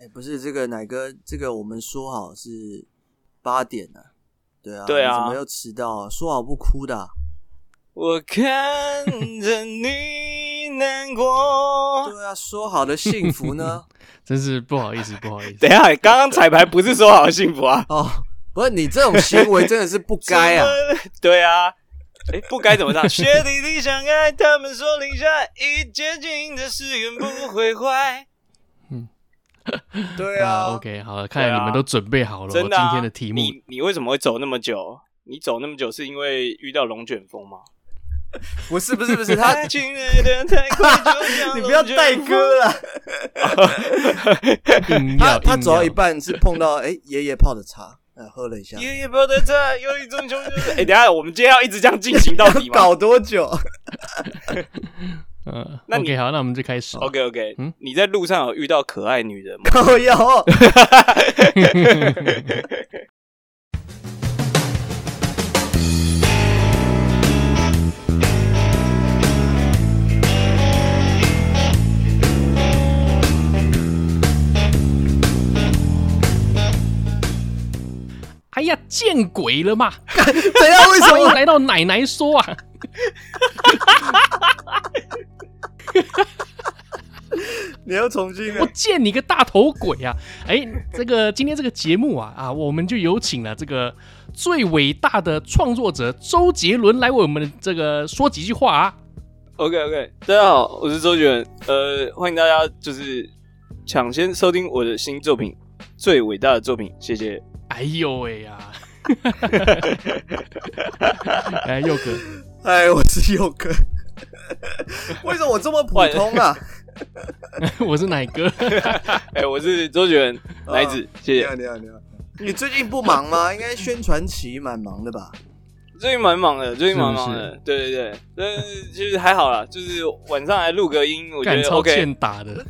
哎，不是这个奶哥，这个我们说好是八点的、对啊，对啊你怎么又迟到、啊？说好不哭的啊、我看着你难过。对啊，说好的幸福呢？ 真是不好意思，不好意思 等。一下，刚刚彩排不是说好幸福啊？哦，不是你这种行为真的是不该啊！怎么！对啊，哎，不该怎么唱？ 雪地里相爱，他们说零下一千斤的誓言不会坏。对啊啊， ，OK，好了，看来对啊你们都准备好了。真的啊、今天的题目，你你为什么会走那么久？你走那么久是因为遇到龙卷风 吗？不是不是不是， 他爱情来得太快，就像 你不要龙卷带风歌了。硬他要啊他硬走到要一半是碰到哎爷爷泡的茶，呃喝了一下，爷爷包的菜有一种 就是……哎、等一下我们今天要一直这样进行到 底吗搞多久？嗯那你，OK，好，那我们就开始。哦？OK OK，、嗯你在路上有遇到可爱女人吗？搞有。哎呀，见鬼 了嘛！ 等一下为什欢迎么？来到奶奶说啊，你要重新我了？见你个大头鬼啊！哎，这个今天这个节目啊啊，我们就有请了这个最伟大的创作者周杰伦来为我们这个说几句话啊。 OK OK，大家好，我是周杰伦，呃，欢迎大家就是抢先收听我的新作品《最伟大的作品》，谢 谢。哎呦喂呀！ 哎，佑哥， 哎，我是佑哥。 为什么我这么普通啊？我是奶哥。哎、我是周杰伦，奶子，啊谢你谢好，。你好，你好。你最近不忙吗？ 应该宣传期蛮忙的吧？最近蛮忙的，最近蛮是不忙是的，对对对，但是就是还好啦，就是晚上来录个音，我觉干得超 OK，欠打的，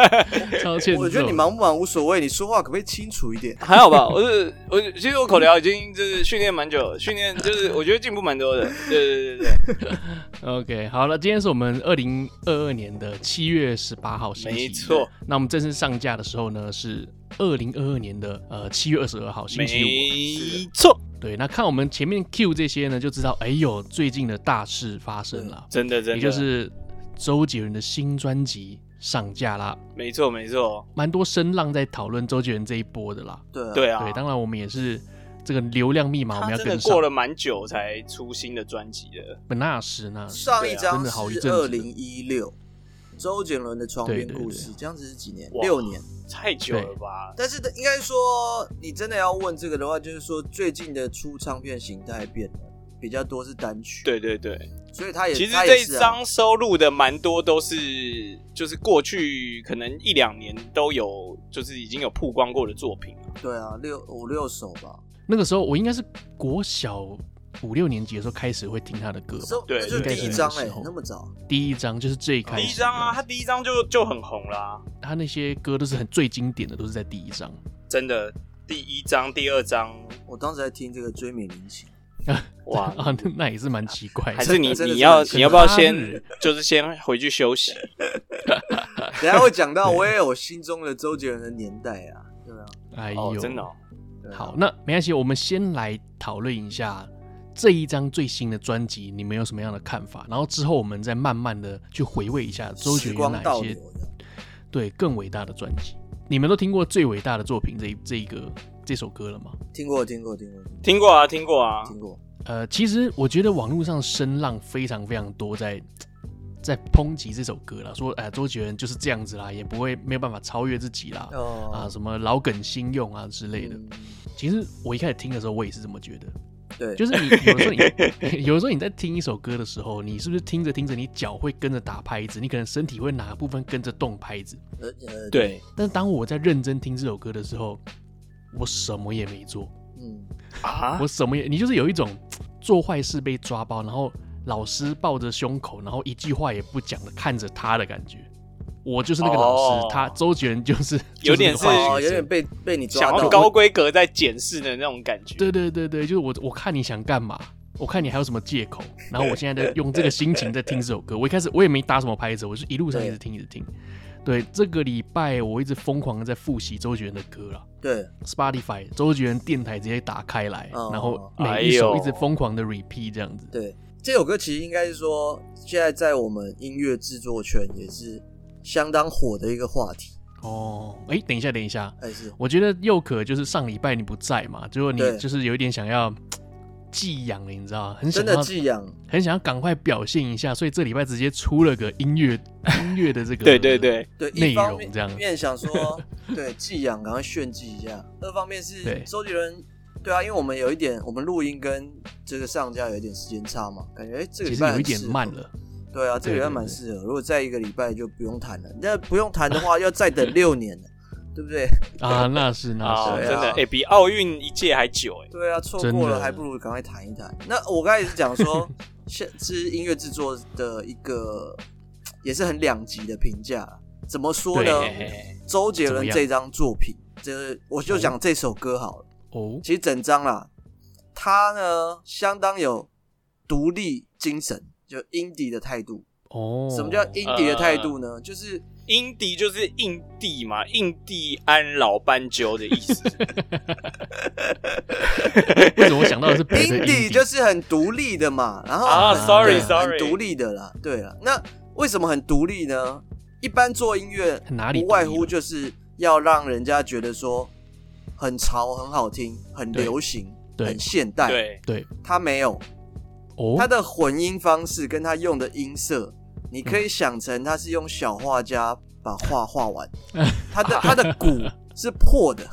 超欠揍。我觉得你忙不忙无所谓，你说话可不可以清楚一点？还好吧。我是我是，其实我口条已经就是训练蛮久了，训练就是我觉得进步蛮多的。对对对对 OK，好了，今天是我们二零二二年的七月十八号星期一没错。那我们正式上架的时候呢，是二零二二年的呃七月二十二号 星期对，五。没错，对，那看我们前面 Q 这些呢，就知道哎呦最近的大事发生了，真的嗯真也的，就是周杰伦的新专辑上架啦，没错没错，蛮多声浪在讨论周杰伦这一波的啦。对啊，对啊。对，当然我们也是这个流量密码，我们他要真跟的上过。了蛮久才出新的专辑的，那时那时，上一张啊真的好一是阵二子零一六，周杰伦的《床边故事》，这样子是几年？哇六年。太久了吧？但是应该说，你真的要问这个的话，就是说最近的出唱片形态变了，比较多是单曲。，对对对，所以他也其实他这也一是啊张收录的蛮多都是，就是过去可能一两年都有，就是已经有曝光过的作品。对啊，六五六首吧。那个时候我应该是国小五六年级的时候开始会听他的歌吧，这对这就是对第对一对张那哎时候，那么早。第一张就是最开第始。一张啊，他，第一张就就很红啦，他那些歌都是很最经典的，都是在第一张。真的。第一张、第二张，我当时在听这个《追美零情》，哇 啊，那那也是蛮奇怪的。还是你真的真的你要是你要不要很先就是先回去休息？ 等一下会讲到我也有心中的周杰伦的年代啊，对啊，哎呦，哦，真的、哦，对啊好，，那没关系，我们先来讨论一下这一张最新的专辑，你们有什么样的看法？然后之后我们再慢慢的去回味一下周杰时伦光哪倒一些流的。对更伟大的专辑。你们都听过最伟大的作品这一这一个这首歌了吗？听过，听过，听过，听过啊，听过啊，听过。呃，其实我觉得网络上声浪非常非常多在，在抨击这首歌啦，说哎、周杰伦就是这样子啦，也不会没有办法超越自己啦，哦啊，什么老梗新用啊之类的。嗯其实我一开始听的时候，我也是这么觉得，对，就是你有时 候你有时候你在听一首歌的时候，你是不是听着听着，你脚会跟着打拍子，你可能身体会哪个部分跟着动拍子？呃呃，对但是当我在认真听这首歌的时候，我什么也没做，嗯，啊我，什么也，你就是有一种做坏事被抓包，然后老师抱着胸口，然后一句话也不讲的看着他的感觉。我就是那个老师，哦他周杰伦就是有点就是那个是坏哦，学有生点被被你抓想到要高规格在检视的那种感觉。对对对对，就是我我看你想干嘛，我看你还有什么借口，然后我现在在用这个心情在听这首歌。我一开始我也没打什么拍子，我是一路上一直听一直听，对，这个礼拜我一直疯狂的在复习周杰伦的歌了对， ，Spotify 周杰伦电台直接打开来，哦然后每一哎首呦一直疯狂的 repeat 这样子。对，这首歌其实应该是说，现在在我们音乐制作圈也是相当火的一个话题，哦，哎，等一下，等一下，还是我觉得佑可就是上礼拜你不在嘛，结果你对就是有一点想要嗯寄养了，你知道吗？很真想的要，寄养。很想要赶快表现一下，所以这礼拜直接出了个音 乐音乐的这个，对对，对，对，内一方容面这样面想说，对 寄养赶快炫技一下；二方面是对周杰伦，对啊，因为我们有一点，我们录音跟这个上架有一点时间差嘛，感觉哎这个其礼实拜有一很点适合慢。了。对啊，这个礼对拜对蛮对适合。如果再一个礼拜就不用谈了，那不用谈的话要再等六年了，对不对？ 啊，那是那啊，是，对啊真的，哎，比奥运一届还久，哎，对啊，错真过的了还不如赶快谈一谈。那我刚才也是讲说， 现是音乐制作的一个也是很两极的评价啦。怎么说呢？对周杰伦怎么样这张作品，这我就讲这首歌好了。哦，其实整张啦，他呢相当有独立精神，就 indie 的态度。哦，什么叫 indie 的态度呃呢？就是印地就是印地嘛，印第安老斑鸠的意 思。 为什么我想到的是别的 indie 就是很独立的嘛，然后啊很，sorry，对 sorry 很独立的啦。对了，那为什么很独立呢？一般做音乐哪里不外独立乎了就是要让人家觉得说很潮、很好听、很对流行、对很现代。对， 对他没有，哦，它的混音方式跟它用的音色，你可以想成它是用小画家把画画 完，它的它的鼓是破的，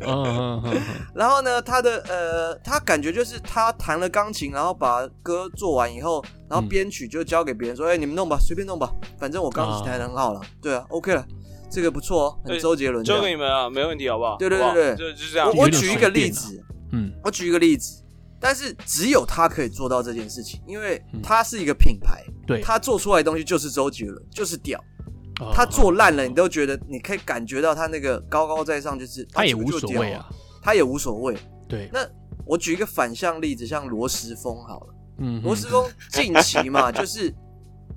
嗯嗯嗯嗯然后呢，它的呃，它感觉就是他弹了钢琴，然后把歌做完以后，然后嗯编曲就交给别人说，哎、你们弄吧，随便弄吧，反正我钢琴弹的很好了，对啊，OK 了，这个不错哦，很对周杰伦的交。给你们啊，没问题，好不好？对对好不好对对就就这样我。有我点举一随个例便啊子，嗯，我举一个例子，但是只有他可以做到这件事情，因为嗯他是一个品牌，对，他做出来的东西就是周杰伦，就是屌。哦他做烂了，你都觉得你可以感觉到他那个高高在上，就是他也啊无所谓，这个就屌啊，他也无所谓。对，那我举一个反向例子，像罗时丰好了，嗯，罗时丰近期 嘛，就是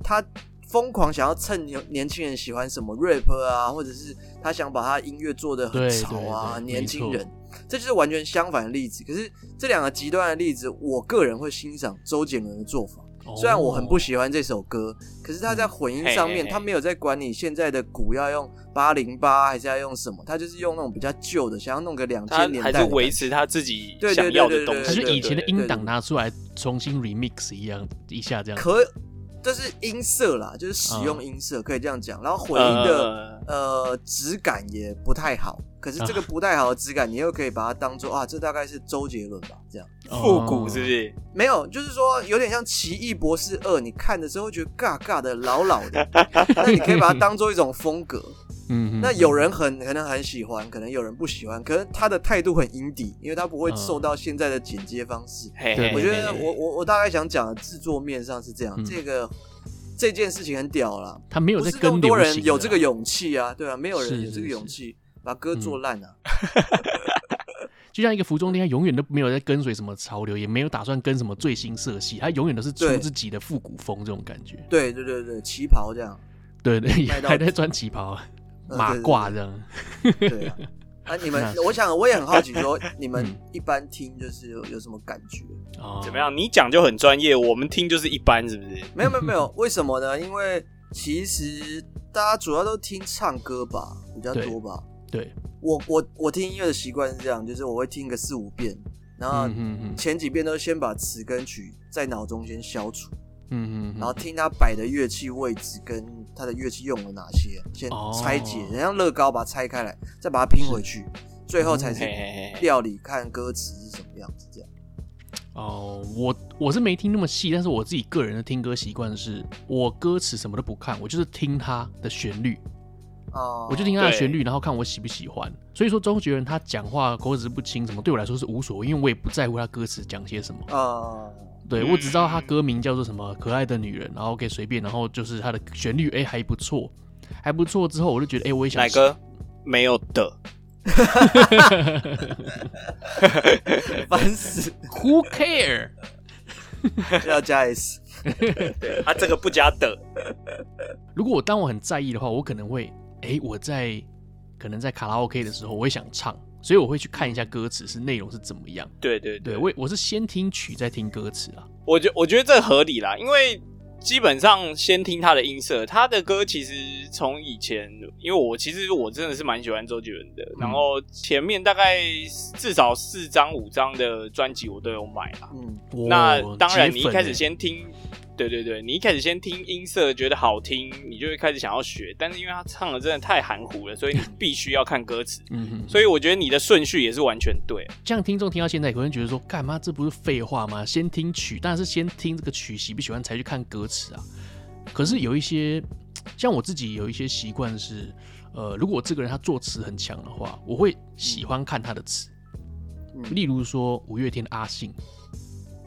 他疯狂想要趁年年轻人喜欢什么 rap 啊，或者是他想把他音乐做的很对潮对对啊，很年没轻错人，这就是完全相反的例子。可是这两个极端的例子，我个人会欣赏周杰伦的做法。哦虽然我很不喜欢这首歌，可是他在混音上面，嗯嘿嘿嘿他没有在管你现在的鼓要用八零八还是要用什么，他就是用那种比较旧的，想要弄个两他千年代还的是感觉。维持他自己对对想对要对的对对东就西，是对以前的对音档拿出来重新 remix 一样一下这样，可，就是音色啦，就是使用音色、可以这样讲，然后混音的呃，呃质感也不太好，可是这个不太好的质感，你又可以把它当做啊，这大概是周杰伦吧，这样。复古是不哦？是？没有，就是说有点像《奇异博士二》，你看的时候会觉得尬尬的、老老的， 那你可以把它当做一种风格。 嗯，嗯那有人很可能很喜欢，可能有人不喜欢，可能他的态度很阴底，因为他不会受到现在的剪接方式。嘿对嘿我觉得嘿我我我大概想讲的制作面上是这样，嗯这个这件事情很屌啦，他没有不在是那么跟多流人行有的这个勇气啊，对啊，没有是人有是这个是嗯勇气把歌做烂啊，就像一个服装店，他永远都没有在跟随什么潮流，也没有打算跟什么最新色系，他永远都是出对自己的复古风这种感觉。对对对对，旗袍这样，对对，也卖到 还在穿旗袍、啊、呃马褂这样。对啊。啊，你们 那，我想我也很好奇， 说你们嗯一般听就是有有什么感觉？哦，怎么？样？你讲就很专业，我们听就是一般，是不是？ 没有没有没有，为什么呢？因为其实大家主要都听唱歌吧，比较对多吧。对，我我我听音乐的习惯是这样，就是我会听个四五遍，然后嗯嗯嗯前几遍都先把词跟曲在脑中先消除，嗯嗯，然后听它摆的乐器位置跟它的乐器用了哪些，先哦拆解，人像乐高把它拆开来，再把它拼回去，最后才嘿嗯是嘿嘿嘿，料理看歌词是什么样子这样。哦，我我是没听那么细，但是我自己个人的听歌习惯是，我歌词什么都不看，我就是听它的旋律，哦，我就听它的对旋律，然后看我喜不喜欢。所以说周杰伦他讲话口齿不清什么，对我来说是无所谓，因为我也不在乎他歌词讲些什么。啊，对嗯我只知道他歌名叫做什么“可爱的女人”，然后可以随便，然后就是他的旋律，哎、还不错，还不错。之后我就觉得，哎、我也想哪个没有的？烦死， ？Who care？要加 S。对啊，这个不加的，如果我当我很在意的话，我可能会哎，我在可能在卡拉 OK 的时候，我也想唱，所以我会去看一下歌词是内容是怎么样。对对对，对我也我是先听曲再听歌词啊。我觉我觉得这合理啦，因为基本上先听他的音色，他的歌其实从以前，因为我其实我真的是蛮喜欢周杰伦的，然后前面大概至少四张五张的专辑我都有买啦。嗯，我那当然，铁你一粉开始欸先听，对对对，你一开始先听音色觉得好听，你就会开始想要学，但是因为他唱的真的太含糊了，所以你必须要看歌词。嗯哼，所以我觉得你的顺序也是完全对，啊这样听众听到现在，可能觉得说，干嘛这不是废话吗？先听曲，当然是先听这个曲喜不喜欢，才去看歌词啊。可是有一些，像我自己有一些习惯是，呃，如果这个人他作词很强的话，我会喜欢看他的词。嗯例如说五月天的阿信，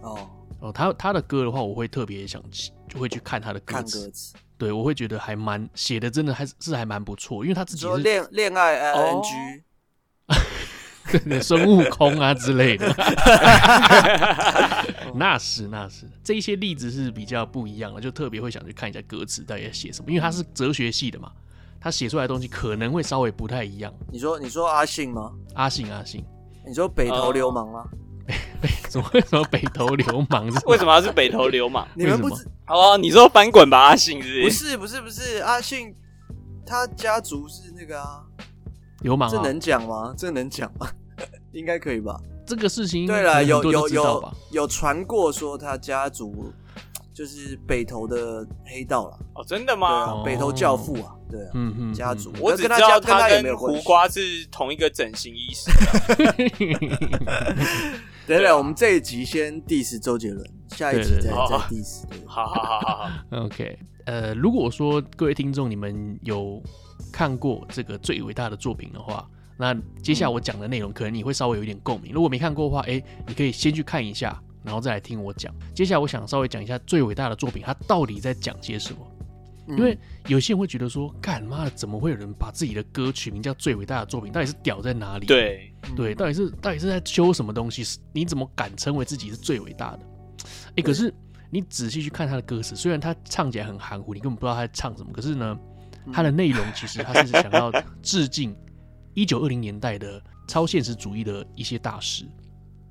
哦，哦，他他的歌的话，我会特别想就会去看他的歌看歌词，词，对我会觉得还蛮写的，真的还是是还蛮不错，因为他自己说是恋恋爱 I N G，、对孙悟空啊之类的。 那是那是，这一些例子是比较不一样的，就特别会想去看一下歌词到底在写什么，因为他是哲学系的嘛，他写出来的东西可能会稍微不太一样。你说你说阿信吗？阿信阿信，你说北头流氓吗？怎么为什么北头流 氓是为什么他是北头流氓？ 你们不为什知哦，你说翻滚吧，阿信是不不是？是不是不是阿信，他家族是那个啊，流氓这啊？能讲吗？这能讲吗？ 应该可以吧？这个事情对可能了，很有多人有都知道吧有？有传过说他家族就是北头的黑道了，哦，真的对吗？啊哦，北头教父啊，对啊，嗯嗯，家族 嗯我只那跟他知家道跟他也没跟有关胡系瓜是同一个整形医 师。等对啊等，我们这一集先 diss 周杰伦，下一集对对再对再 diss 对。好好好好好， OK，呃，如果说各位听众你们有看过这个最伟大的作品的话，那接下来我讲的内容可能你会稍微有一点共鸣。如果没看过的话，哎，你可以先去看一下，然后再来听我讲。接下来我想稍微讲一下最伟大的作品，它到底在讲些什么。嗯因为有些人会觉得说，干妈的怎么会有人把自己的歌取名叫最伟大的作品？到底是屌在哪里？对，嗯对，到底是到底是在修什么东西？是你怎么敢称为自己是最伟大的？哎、可是你仔细去看他的歌词，虽然他唱起来很含糊，你根本不知道他在唱什么，可是呢，他的内容其实他是想要致敬一九二零年代的超现实主义的一些大师，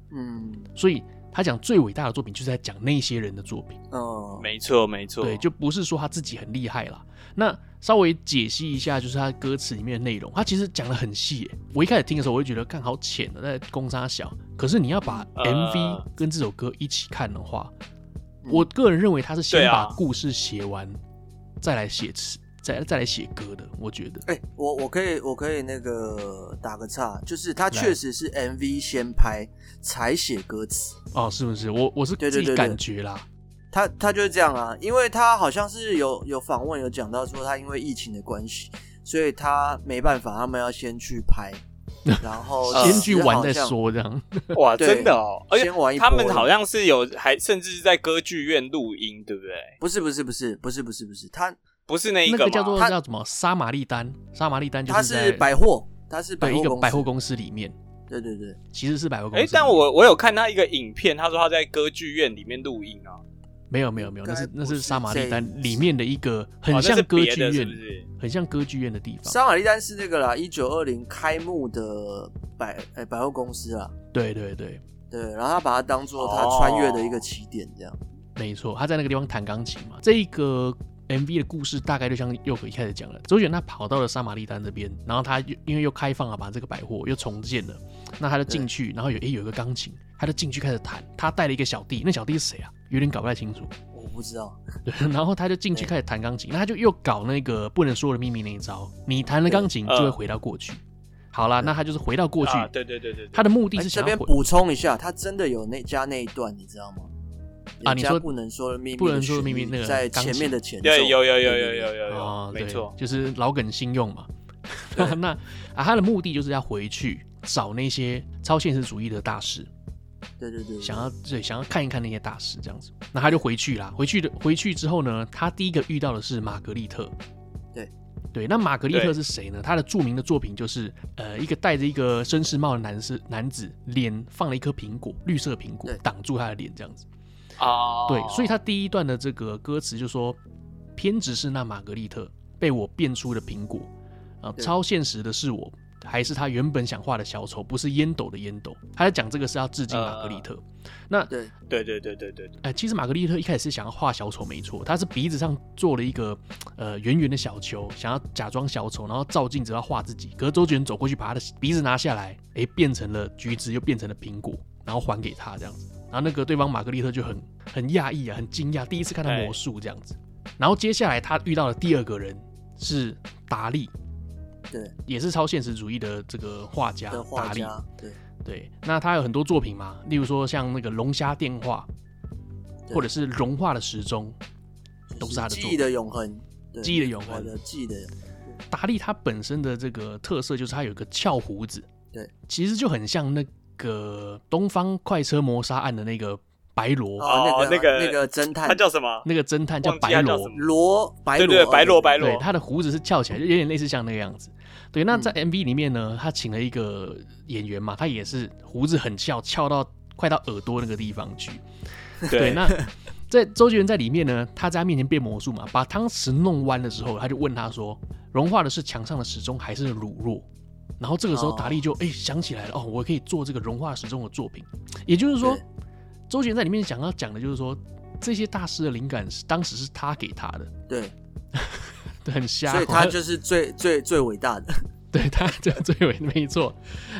嗯所以他讲最伟大的作品就是在讲那些人的作品。哦，没错没错，对，就不是说他自己很厉害啦。那稍微解析一下，就是他歌词里面的内容，他其实讲的很细耶。我一开始听的时候，我就觉得看好浅的，在攻杀小。可是你要把呃 MV 跟这首歌一起看的话，嗯我个人认为他是对先啊把故事写完，再来写词，再再来写歌的。我觉得，哎、我我可以我可以那个打个岔，就是他确实是 MV 先拍才写歌词，哦，是不是？我我是对对自己对对感觉啦。他他就是这样啊，因为他好像是有有访问有讲到说他因为疫情的关系，所以他没办法，他们要先去 拍，然后呃先去玩再好像，说，这样。哇，对真的哦，而且先玩一波他们好像是有还甚至是在歌剧院录音，对不对？不是不是不是不是不是不是，他不是那一那个个吗？叫做他叫什么？沙玛丽丹，沙玛丽丹就他在是百货，他是百对货一个公司百货公司里面，对对对，其实是百货公哎、司里面。但我我有看他一个影片，他说他在歌剧院里面录音啊，没有没有没有，应那该是那不是是沙马利这丹里面的一个哦很那像是歌别剧的院，是不是？很像歌剧院的地方。沙玛丽丹是那个啦，一九二零开幕的百哎、百货公司啦，对对对，对，然后他把它当做他穿越的哦一个起点这样。没错，他在那个地方弹钢琴嘛。这一个 MV 的故事大概就像佑可一开始讲了，周杰伦他跑到了沙马利丹这边，然后他又因为又开放了，把这个百货又重建了，那他就进去，然后有诶有一个钢琴，他就进去开始弹，他带了一个小弟，那小弟是谁啊？有点搞不太清楚。我不知道，对， 然后他就进去对开始弹钢琴，那他就又搞那个不能说的秘密那一招，你弹了钢琴就会呃回到过去。好啦，那他就是回到过去，啊，对对对对对，他的目的哎是这想边要回补充一下，他真的有那加那一段，你知道吗？啊人你家说不能说的秘密，不能说的秘密那个在钢前琴面的前奏，对有有有有对有，有有，哦，没对错，就是老梗新用嘛。对 那啊，他的目的就是要回去找那些超现实主义的大师，对对对，对想要对想要看一看那些大师这样子。那他就回去啦，回去的回去之后呢，他第一个遇到的是玛格丽特。对对，那玛格丽特对是谁呢？他的著名的作品就是呃，一个戴着一个绅士帽的男士男子，脸放了一颗苹果，绿色苹果对挡住他的脸这样子。啊，对，所以他第一段的这个歌词就说：“偏执是那玛格丽特被我变出的苹果，啊，对超现实的是我，还是他原本想画的小丑，不是烟斗的烟斗。他在讲这个是要致敬玛格丽特。那对，对对对对对对，哎、其实玛格丽特一开始是想要画小丑，没错，他是鼻子上做了一个呃圆圆的小球，想要假装小丑，然后照镜子要画自己。可是周杰伦走过去把他的鼻子拿下来，哎、变成了橘子，又变成了苹果，然后还给他这样子。然后那个对方玛格丽特就很很讶异啊，很惊讶，第一次看到魔术这样子。然后接下来他遇到的第二个人是达利，对，也是超现实主义的这个画家的达画利。家，对，对，那他有很多作品嘛，例如说像那个龙虾电话，对或者是融化的时钟，都是他的就记作品忆的永恒，对记忆的永恒我的记忆的永恒，达利他本身的这个特色就是他有一个翘胡子，对，其实就很像那个东方快车谋杀案的那个白罗，哦，那个那个那个侦探他叫什么？那个侦探叫忘记白他叫罗什，么罗白对罗，对，白罗白对，罗，他的胡子是翘起来，就有点类似像那个样子。对，那嗯在 MV 里面呢，他请了一个演员嘛，他也是胡子很翘，翘到快到耳朵那个地方去。对，那在周杰伦在里面呢，他在他面前变魔术嘛，把汤匙弄弯的时候，他就问他说：“融化的是墙上的时钟还是乳酪？”然后这个时候哦达利就哎、想起来了，哦，我可以做这个融化时钟的作品。也就是说对，周杰伦在里面想要讲的就是说，这些大师的灵感是当时是他给他的，对，对很瞎哦，所以他就是最最最伟大 的，对他这样最为没错。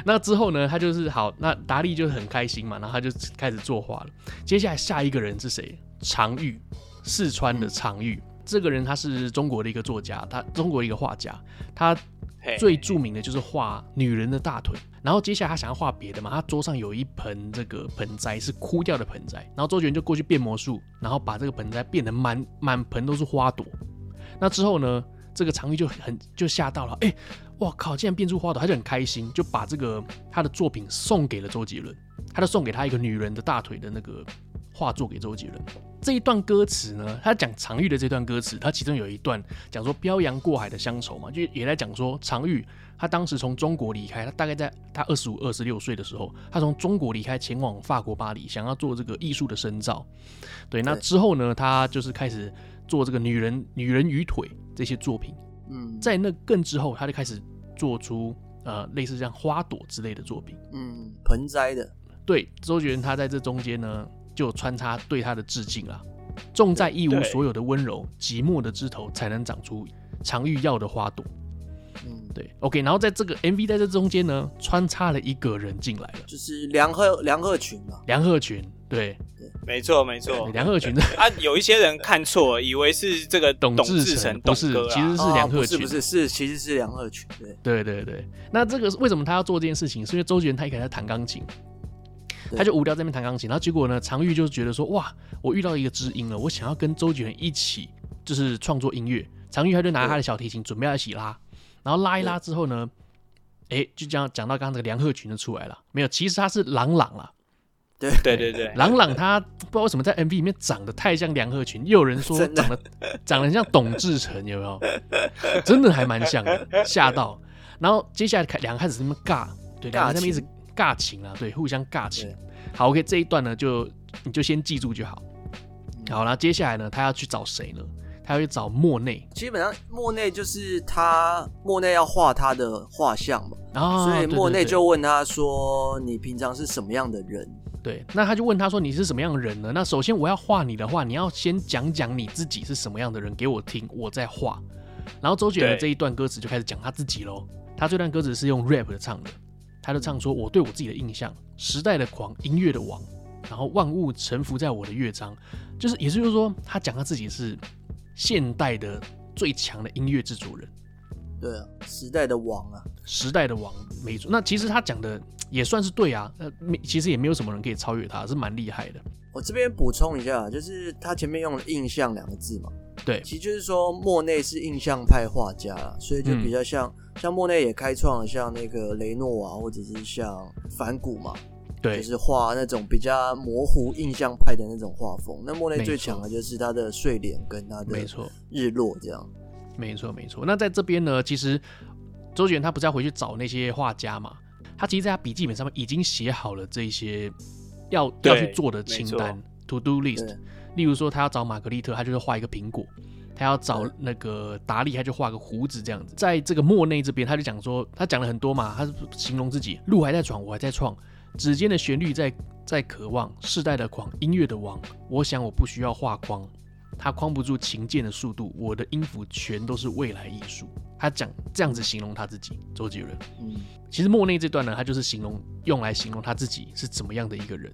那之后呢，他就是好，那达利就是很开心嘛，然后他就开始作画了。接下来下一个人是谁？常玉，四川的常玉。这个人他是中国的一个作家，他中国的一个画家，他嘿最著名的就是画女人的大腿。然后接下来他想要画别的嘛，他桌上有一盆这个盆栽是枯掉的盆栽，然后周杰伦就过去变魔术，然后把这个盆栽变得满满盆都是花朵。那之后呢，这个常玉就很就吓到了，哎、哇靠，竟然变出花朵，他就很开心，就把这个他的作品送给了周杰伦，他就送给他一个女人的大腿的那个画作给周杰伦。这一段歌词呢，他讲常玉的这段歌词，他其中有一段讲说漂洋过海的乡愁嘛，就也在讲说常玉他当时从中国离开，他大概在他二十五、二十六岁的时候，他从中国离开，前往法国巴黎，想要做这个艺术的深造。对，那对之后呢，他就是开始做这个女人、女人与腿这些作品。嗯，在那更之后，他就开始做出呃类似像花朵之类的作品。嗯盆栽的，对，周杰伦他在这中间呢，就有穿插对他的致敬啊。重在一无所有的温柔，寂寞的枝头才能长出常欲要的花朵。嗯，对，OK，然后在这个 MV 在这中间呢，穿插了一个人进来了，就是梁鹤梁鹤群嘛，梁鹤群。对，没错没错对，哦梁鹤群啊，有一些人看错，以为是这个董志志成成不董是哥其实啊，是哦梁鹤不是群不是是其实是梁鹤群，对， 对对对，那这个是为什么他要做这件事情？是因为周杰伦他一开始在弹钢琴，对他就无聊在那边弹钢琴，然后结果呢，常玉就觉得说，哇，我遇到一个知音了，我想要跟周杰伦一起就是创作音乐。常玉他就拿他的小提琴准备要一起拉，然后拉一拉之后呢，哎，就这样讲到刚刚这个梁鹤群就出来了，没有，其实他是朗朗啦，对对对，朗朗他不知道为什么在 MV 里面长得太像梁鹤群，又有人说 真的长得长得很像董志成，有没 有？真的还蛮像的， 吓到。然后接下来开两个开始在那边尬，对，两个在那边一直尬情啊，对，互相尬情对。好，OK，这一段呢就你就先记住就好。嗯好，然后接下来呢，他要去找谁呢？他要去找莫内基本上莫内就是他莫内要画他的画像嘛，啊，所以对对莫内对就问他说：“你平常是什么样的人对，那他就问他说：“你是什么样的人呢？”那首先我要画你的话，你要先讲讲你自己是什么样的人给我听，我再画。然后周杰伦的对这一段歌词就开始讲他自己喽。他这段歌词是用 rap 的唱的，他就唱说：“我对我自己的印象，时代的狂，音乐的王，然后万物臣服在我的乐章。”就是，也就是说，他讲他自己是现代的最强的音乐制作人。？”对啊，时代的王啊，时代的王，没错。那其实他讲的也算是对啊，呃，没其实也没有什么人可以超越他，是蛮厉害的。我这边补充一下，就是他前面用了“印象”两个字嘛，对，其实就是说莫内是印象派画家啦，所以就比较像、像莫内也开创了像那个雷诺瓦或者是像梵谷嘛，对，就是画那种比较模糊印象派的那种画风。那莫内最强的就是他的睡莲跟他的没错，日落这样，没错，没错。那在这边呢，其实周杰伦他不是要回去找那些画家嘛？他其实在他笔记本上面已经写好了这些要对要去做的清单 to do list 对。例如说，他要找玛格丽特，他就是画一个苹果；他要找那个达利，他就画个胡子这样子。在这个莫内这边，他就讲说，他讲了很多嘛，他形容自己路还在闯，我还在创，指尖的旋律在在渴望，世代的狂，音乐的王。我想我不需要画框，他框不住琴键的速度，我的音符全都是未来艺术。他讲这样子形容他自己，周杰伦。嗯，其实莫内这段呢，他就是形容用来形容他自己是怎么样的一个人。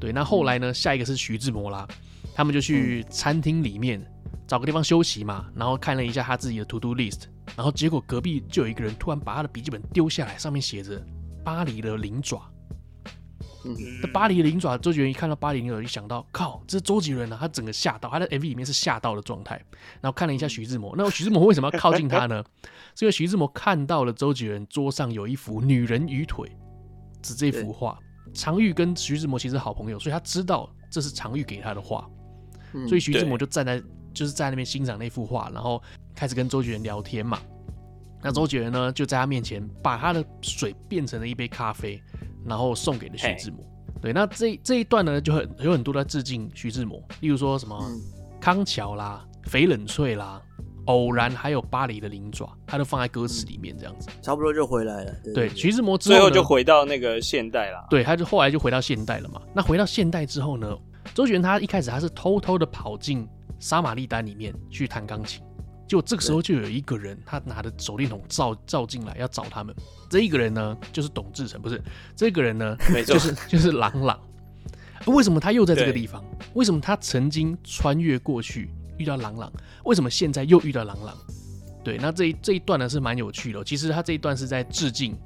对，那后来呢，下一个是徐志摩啦，他们就去餐厅里面找个地方休息嘛，然后看了一下他自己的 to do list，然后结果隔壁就有一个人突然把他的笔记本丢下来，上面写着巴黎的灵爪。嗯嗯嗯那巴黎的灵爪，周杰伦一看到巴黎灵爪，就想到靠，这是周杰伦啊！他整个吓到，他的 MV 里面是吓到的状态。然后看了一下徐志摩，那徐志摩为什么要靠近他呢？是因为徐志摩看到了周杰伦桌上有一幅《女人与腿》，指这幅画。常玉跟徐志摩其实是好朋友，所以他知道这是常玉给他的画，嗯所以徐志摩就站在就是在那边欣赏那幅画，然后开始跟周杰伦聊天嘛。那周杰伦呢，就在他面前把他的水变成了一杯咖啡，然后送给了徐志摩。对，那这这一段呢，就很有很多在致敬徐志摩，例如说什么嗯康桥啦、翡冷翠啦、偶然，还有巴黎的灵爪，他都放在歌词里面这样子。差不多就回来了。对对，徐志摩之最后后呢就回到那个现代啦。对，他就后来就回到现代了嘛。那回到现代之后呢，周杰伦他一开始他是偷偷的跑进撒玛利丹里面去弹钢琴，结果这个时候就有一个人，他拿着手电筒照照进来要找他们。这一个人呢，就是董志成，不是这个人呢，没错就，是就是朗朗。为什么他又在这个对地方？为什么他曾经穿越过去遇到朗朗？为什么现在又遇到朗朗？对，那这一这一段呢是蛮有趣的哦、其实他这一段是在致敬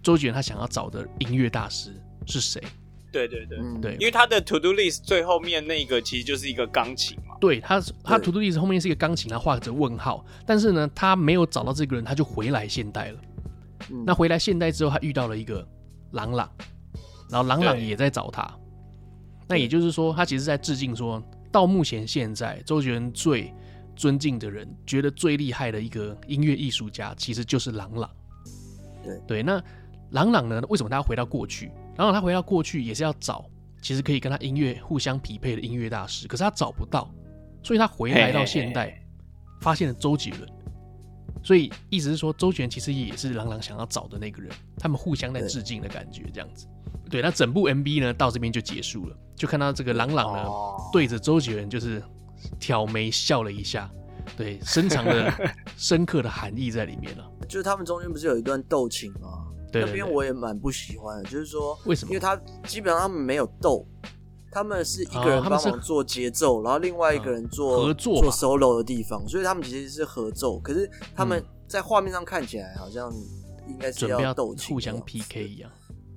周杰伦，他想要找的音乐大师是谁？对对对，嗯，对因为他的 to do list 最后面那个其实就是一个钢琴嘛。对他，他对 to do list 后面是一个钢琴，他画着问号。但是呢，他没有找到这个人，他就回来现代了。嗯那回来现代之后，他遇到了一个朗朗，然后朗朗对也在找他。那也就是说，他其实在致敬说，到目前现在，周杰伦最尊敬的人，觉得最厉害的一个音乐艺术家，其实就是朗朗。对那朗朗呢？为什么他要回到过去？朗朗他回到过去也是要找，其实可以跟他音乐互相匹配的音乐大师，可是他找不到，所以他回来到现代，发现了周杰伦。所以意思是说，周杰伦其实也是朗朗想要找的那个人，他们互相在对致敬的感觉，这样子。对，那整部 MV 呢到这边就结束了，就看到这个朗朗呢、哦，对着周杰伦就是挑眉笑了一下，对，深藏的 深刻的含义在里面了。就是他们中间不是有一段斗情吗？对那对边对我也蛮不喜欢的，就是说为什么因为他基本上他们没有斗，他们是一哦个人他们帮是嗯忙做节奏，然后另外一个人做、合作吧做 solo 的地方，所以他们其实是合奏。可是他们在画面上看起来好像应该是嗯准备要斗气，互相 PK 一样。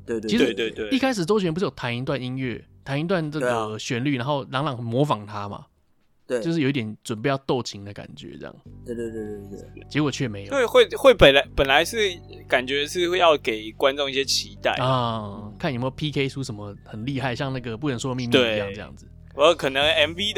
对对其对实对对，一开始周杰伦不是有弹一段音乐，弹一段这对啊个旋律，然后朗朗模仿他嘛，对，就是有一点准备要斗琴的感觉，这样，对对对对对对结果却没有。对会会本来本来是感觉是要给观众一些期待，啊，看有没有 PK 出什么很厉害，像那个不能说的秘密一样对这样子。我可能 MV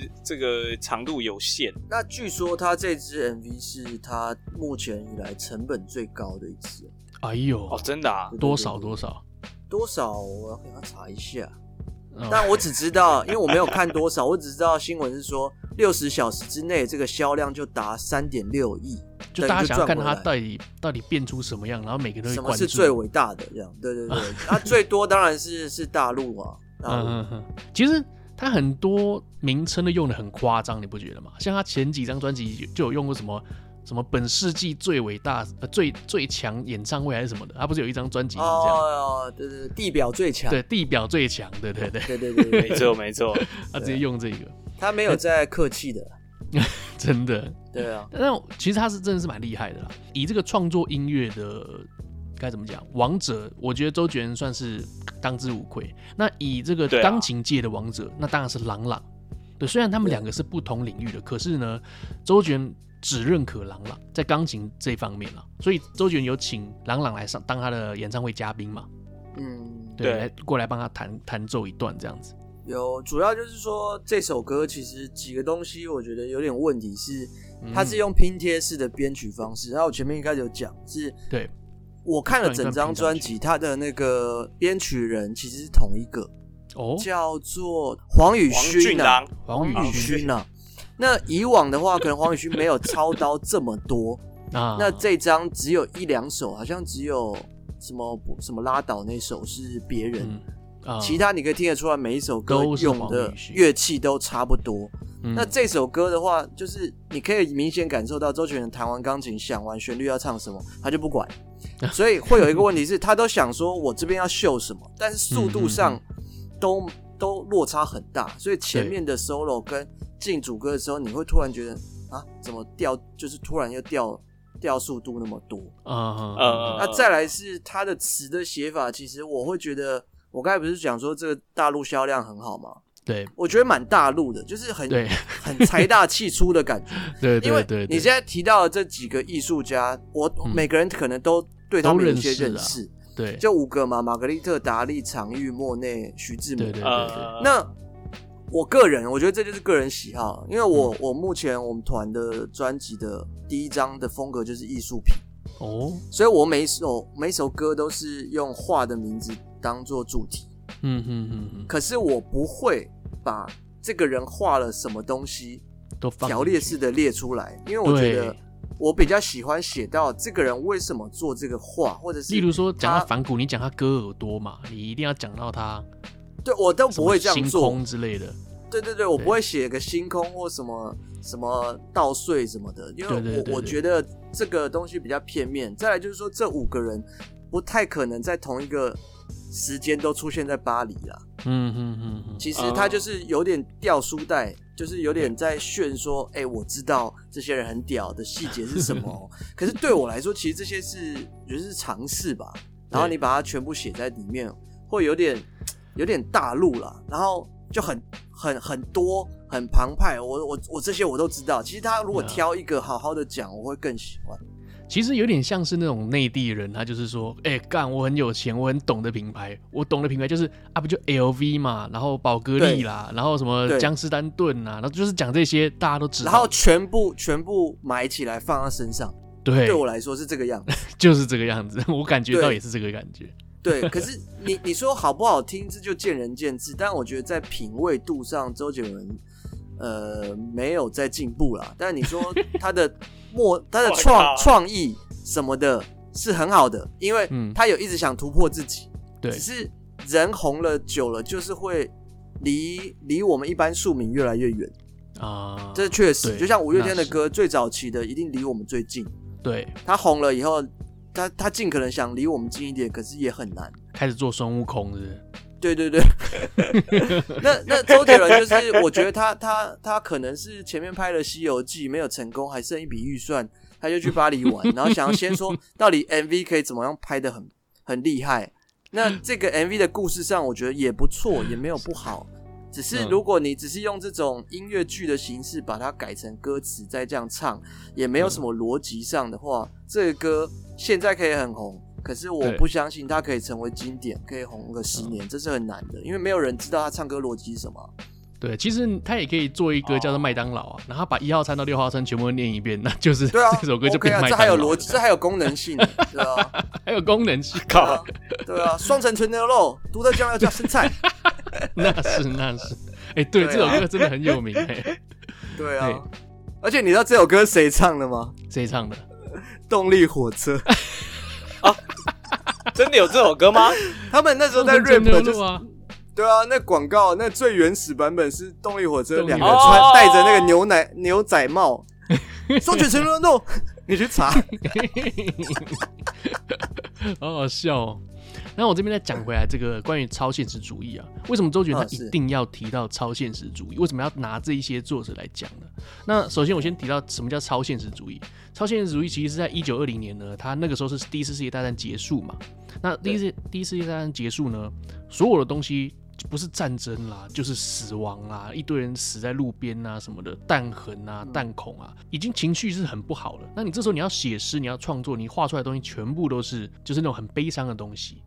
的这个长度有限，那据说他这支 MV 是他目前以来成本最高的一支，哎呦，哦，真的 啊对，对多少对多少？多少我要给他查一下。嗯但我只知道，因为我没有看多少，我只知道新闻是说六十小时之内这个销量就达三点六亿，就大家想要看他到到底到底变出什么样，然后每个人都什会么关是最注。伟大的这样，对对 对，那最多当然是是大陆啊，大嗯陆嗯嗯，其实他很多名称都用的很夸张，你不觉得吗？像他前几张专辑就有用过什么什么本世纪最伟大、呃、最最强演唱会还是什么的，他不是有一张专辑是嗯这样？哦，对对，对地表最强，对，地表最强，对对对，对对对 没对，错没错，他直接用这个，他没有在客气的，真的。对 啊，但我其实他是真的是蛮厉害的啦，以这个创作音乐的该怎么讲，王者，我觉得周杰伦算是当之无愧。那以这个对啊钢琴界的王者，那当然是朗朗。对，虽然他们两个是不同领域的，可是呢，周杰伦只认可朗朗在钢琴这方面啊，所以周杰伦有请朗朗来上当他的演唱会嘉宾嘛，嗯，对，对来过来帮他弹弹奏一段这样子。有主要就是说这首歌其实几个东西我觉得有点问题是，嗯它是用拼贴式的编曲方式，然后我前面一开始有讲是。对，我看了整张专辑，他的那个编曲人其实是同一个，哦，叫做黄宇黄勋俊啊郎，黄宇黄宇轩勋啊。那以往的话，可能黄宇勋没有操刀这么多， 啊，那这张只有一两首，好像只有什么什么拉倒那首是别人，嗯啊，其他你可以听得出来，每一首歌都是用黄的宇勋乐器都差不多。嗯那这首歌的话，就是你可以明显感受到周杰伦弹完钢琴，想完旋律要唱什么，他就不管。所以会有一个问题是，他都想说我这边要秀什么，但是速度上都都落差很大，所以前面的 solo 跟进主歌的时候，你会突然觉得啊，怎么掉，就是突然又掉掉速度那么多。啊呃那再来是他的词的写法，其实我会觉得，我刚才不是讲说这个大陆销量很好吗？对我觉得蛮大陆的，就是很对 很财大气粗的感觉。 对因为对对，你现在提到的这几个艺术家，我嗯每个人可能都对他们有一些认都认识，在对就五个嘛：玛格丽特、达利、常玉、莫内、徐志摩。对对对呃，那我个人，我觉得这就是个人喜好，因为嗯我我目前我们团的专辑的第一张的风格就是艺术品。哦，所以我每一首每一首歌都是用画的名字当做主题，嗯嗯嗯嗯，可是我不会把这个人画了什么东西都放条进列去式的列出来，因为我觉得对我比较喜欢写到这个人为什么做这个画，或者是例如说，讲他到反骨，你讲他割耳朵嘛，你一定要讲到他对我都什不么会这星样做空，之类的。对对对，我对不会写个星空或什么什么稻穗什么的，因为我对对对我对觉得这个东西比较片面。再来就是说，这五个人不太可能在同一个时间都出现在巴黎啊啦。嗯嗯嗯嗯，其实他就是有点掉书袋，就是有点在炫说，哎、我知道这些人很屌的细节是什么 哦。可是对我来说，其实这些是就是尝试吧。然后对你把它全部写在里面，会有点有点大陆啦，然后就很很很多很澎湃。我我我这些我都知道。其实他如果嗯挑一个好好的讲，我会更喜欢。其实有点像是那种内地人，他就是说，哎、干，我很有钱，我很懂的品牌，我懂的品牌就是啊，不就 LV 嘛，然后宝格丽啦，然后什么对江诗丹顿啊，然后就是讲这些大家都知道。然后全部全部埋起来放在身上，对，对我来说是这个样子。就是这个样子， 我感觉到对也是这个感觉。对，可是你你说好不好听，这就见仁见智。但我觉得在品味度上，周杰伦呃没有在进步啦。但你 说他的默、他的我创靠创意什么的，是很好的，因为嗯他有一直想突破自己。对只，是人红了久了，就是会离离我们一般庶民越来越远。啊，这确实，对就像五月那天的是歌，最早期的一定离我们最近。对他红了以后，他他尽可能想离我们近一点，可是也很难。开始做孙悟空是不是对对 对，那那周杰伦就是，我觉得他他他可能是前面拍了《西游记》没有成功，还剩一笔预算，他就去巴黎玩，然后想要先 说到底 MV 可以怎么样拍的很很厉害。那这个嗯 MV 的故事上，我觉得也不错，也没有不好。只是嗯如果你只是用这种音乐剧的形式把它改成歌词再这样唱，也没有什么逻辑上的话，这个歌现在可以很红，可是我对不相信它可以成为经典，可以红个十年，这是很难的，因为没有人知道他唱歌逻辑是什 么。对，其实他也可以做一个哦叫做麦当劳啊，然后把一号餐到六号餐全部念一遍，那 就是对啊这首歌就 OK 变啊，麦这当劳了。还有逻辑，这还有功能性，对啊， 还有功能性，对 靠啊，对啊，双层纯牛肉，独特酱料加生 菜，那是那是，哎、对，对啊这首歌真的很有名、哎，对对啊。而且你知道这首歌谁唱的吗？谁唱的？动力火车，真的有这首歌吗？他们那时候在我们真 rap 的就是录啊，对啊，那广告那最原始版本是动力火车动力两个火车穿戴着那个牛奶牛仔 帽，双卷成轮斗，你去查。好好笑哦。那我这边再讲回来，这个关于超现实主义啊，为什么周杰伦啊他是一定要提到超现实主义？为什么要拿这一些作者来讲呢？那首先我先提到什么叫超现实主义。超现实主义其实是在一九二零年呢，他那个时候是第一次世界大战结束嘛。那第一次第一次世界大战结束呢，所有的东西不是战争啦，就是死亡啦，一堆人死在路边啊什么的，弹痕啊、弹孔啊，已经情绪是很不好了。那你这时候你要写诗，你要创作，你画出来的东西全部都是就是那种很悲伤的东西。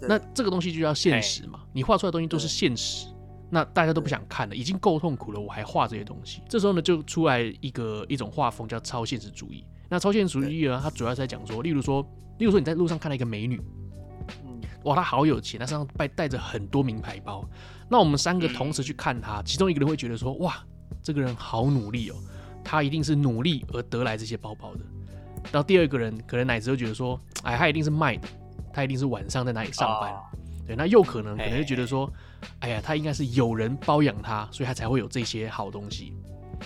对那这个东西就叫现实嘛，你画出来的东西都是对现实。那大家都不想看了，已经够痛苦了，我还画这些东西。这时候呢，就出来一个一种画风叫超现实主义。那超现实主义呢，它主要是在讲说，例如说，例如说你在路上看到一个美女，嗯哇，她好有钱，她身啊上带带着很多名牌包。那我们三个同时去看她，其中一个人会觉得说，哇，这个人好努力哦，他一定是努力而得来这些包包的。然后第二个人可能奶子会觉得说，哎，他一定是卖的，他一定是晚上在哪里上班。哦对，那又可能可能嘿会觉得说，哎呀，他应该是有人包养他，所以他才会有这些好东西。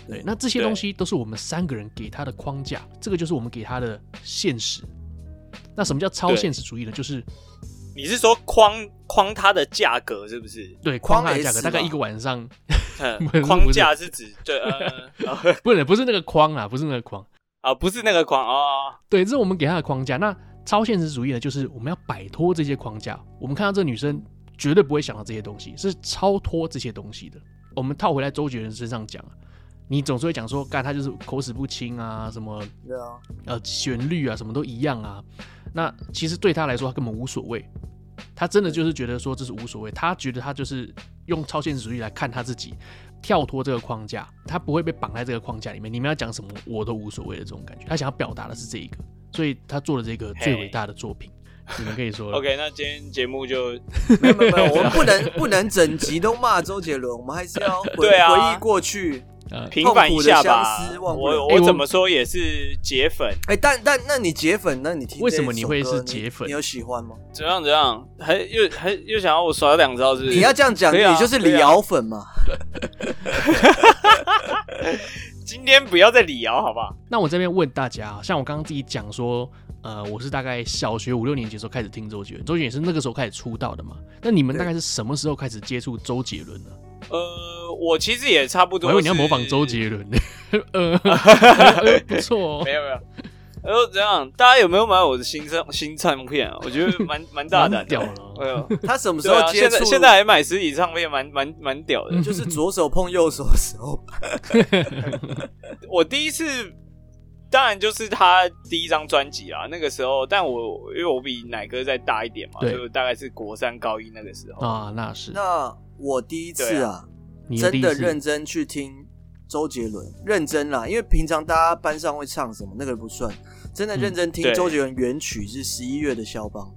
对，那这些嗯对东西都是我们三个人给他的框架，这个就是我们给他的现实。那什么叫超对现实主义呢？就是你是说框框它的价格是不是？对框框啊它的价 S 格，大概嘛一个晚上， 嗯不是框架是指对呃 呃不是不是那个框啊，不是那个框，啊，不是那个框哦，对，这是我们给他的框架。那超现实主义呢，就是我们要摆脱这些框架。我们看到这女生绝对不会想到这些东西，是超脱这些东西的。我们套回来周杰伦身上讲啊，你总是会讲说，干他就是口齿不清啊，什么对啊，呃旋律啊，什么都一样啊。那其实对他来说，他根本无所谓，他真的就是觉得说这是无所谓，他觉得他就是用超现实主义来看他自己，跳脱这个框架，他不会被绑在这个框架里面。你们要讲什么，我都无所谓的这种感觉。他想要表达的是这一个，所以他做了这个最伟大的作品。你们可以说 了 OK，那今天节目就没有没有没有，我们不能不能整集都骂周杰伦，我们还是要回对啊回忆过去。呃，平反一下吧痛苦的相思。忘不了我哎我我怎么说也是解粉，哎，但但那你解粉，那你听为什这么一你首会歌是解你？粉你有喜欢吗？怎样怎样，还又还又想要我耍两招是不是？你要这样讲，可以啊你就是可以李啊敖粉 嘛？今天不要再理瑶好不好？那我这边问大家，啊像我刚刚自己讲说，呃，我是大概小学五六年级的时候开始听周杰伦，周杰伦也是那个时候开始出道的嘛。那你们对大概是什么时候开始接触周杰伦呢？呃，我其实也差不我多还以是。为你要模仿周杰伦， 呃，呃不错哦没，有没有。然后怎样？大家有没有买我的新唱新唱片啊？我觉得蛮蛮大胆蛮屌的。了哦。哎呦，他什么时 对候啊，接现触在？现在还买实体唱片，蛮蛮蛮屌的。就是左手碰右手的时候，我第一次，当然就是他第一张专辑啊，那个时候，但我因为我比奶哥再大一点嘛，对就大概是国三高一那个时候。啊，那是那我第一次对啊，你真第一的次认真去听周杰伦，认真啦，因为平常大家班上会唱什么，那个不算。真的认真听嗯对周杰伦原曲是十一月的肖邦，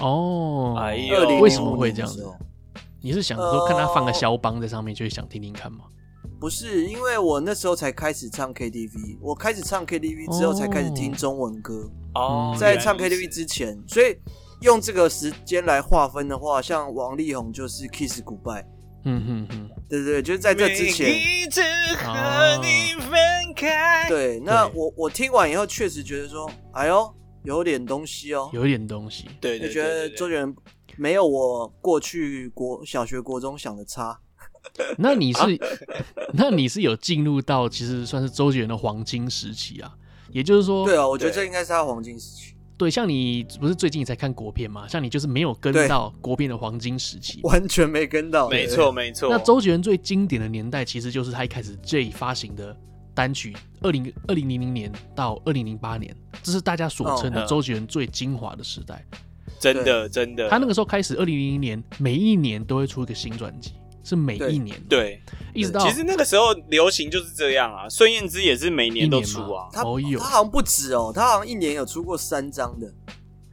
哦。哎呦二零为什么会这样子？你是想说看他放个呃肖邦在上面，就会想听听看吗？哦不是，因为我那时候才开始唱 KTV，我开始唱 KTV 之后哦才开始听中文歌，嗯哦，在原来唱如此 KTV 之前，所以用这个时间来划分的话，像王力宏就是 Kiss Goodbye，嗯哼哼，对对对，就是在这之前，一直和你分开。对，那对我我听完以后确实觉得说，哎呦，有点东西哦，有一点东西。对就对，觉得对周杰伦没有我过去国小学国中想的差。那你啊是， 那你是有进入到其实算是周杰伦的黄金时期啊。也就是说，对啊，我觉得哦对这应该是他黄金时期， 对，像你不是最近才看国片吗？像你就是没有跟对到国片的黄金时期。完全没跟到。没错没错。那周杰伦最经典的年代其实就是他一开始 J 发行的单曲，二零二零零零年到二零零八年，这是大家所称的嗯周杰伦最精华的时代。真的真的，他那个时候开始，二零零零年每一年都会出一个新专辑，是每一年，，对，一直到其实那个时候流行就是这样啊。孙燕姿也是每一年都年出嘛啊，，他、哦有他好像不止哦，他好像一年有出过三张的，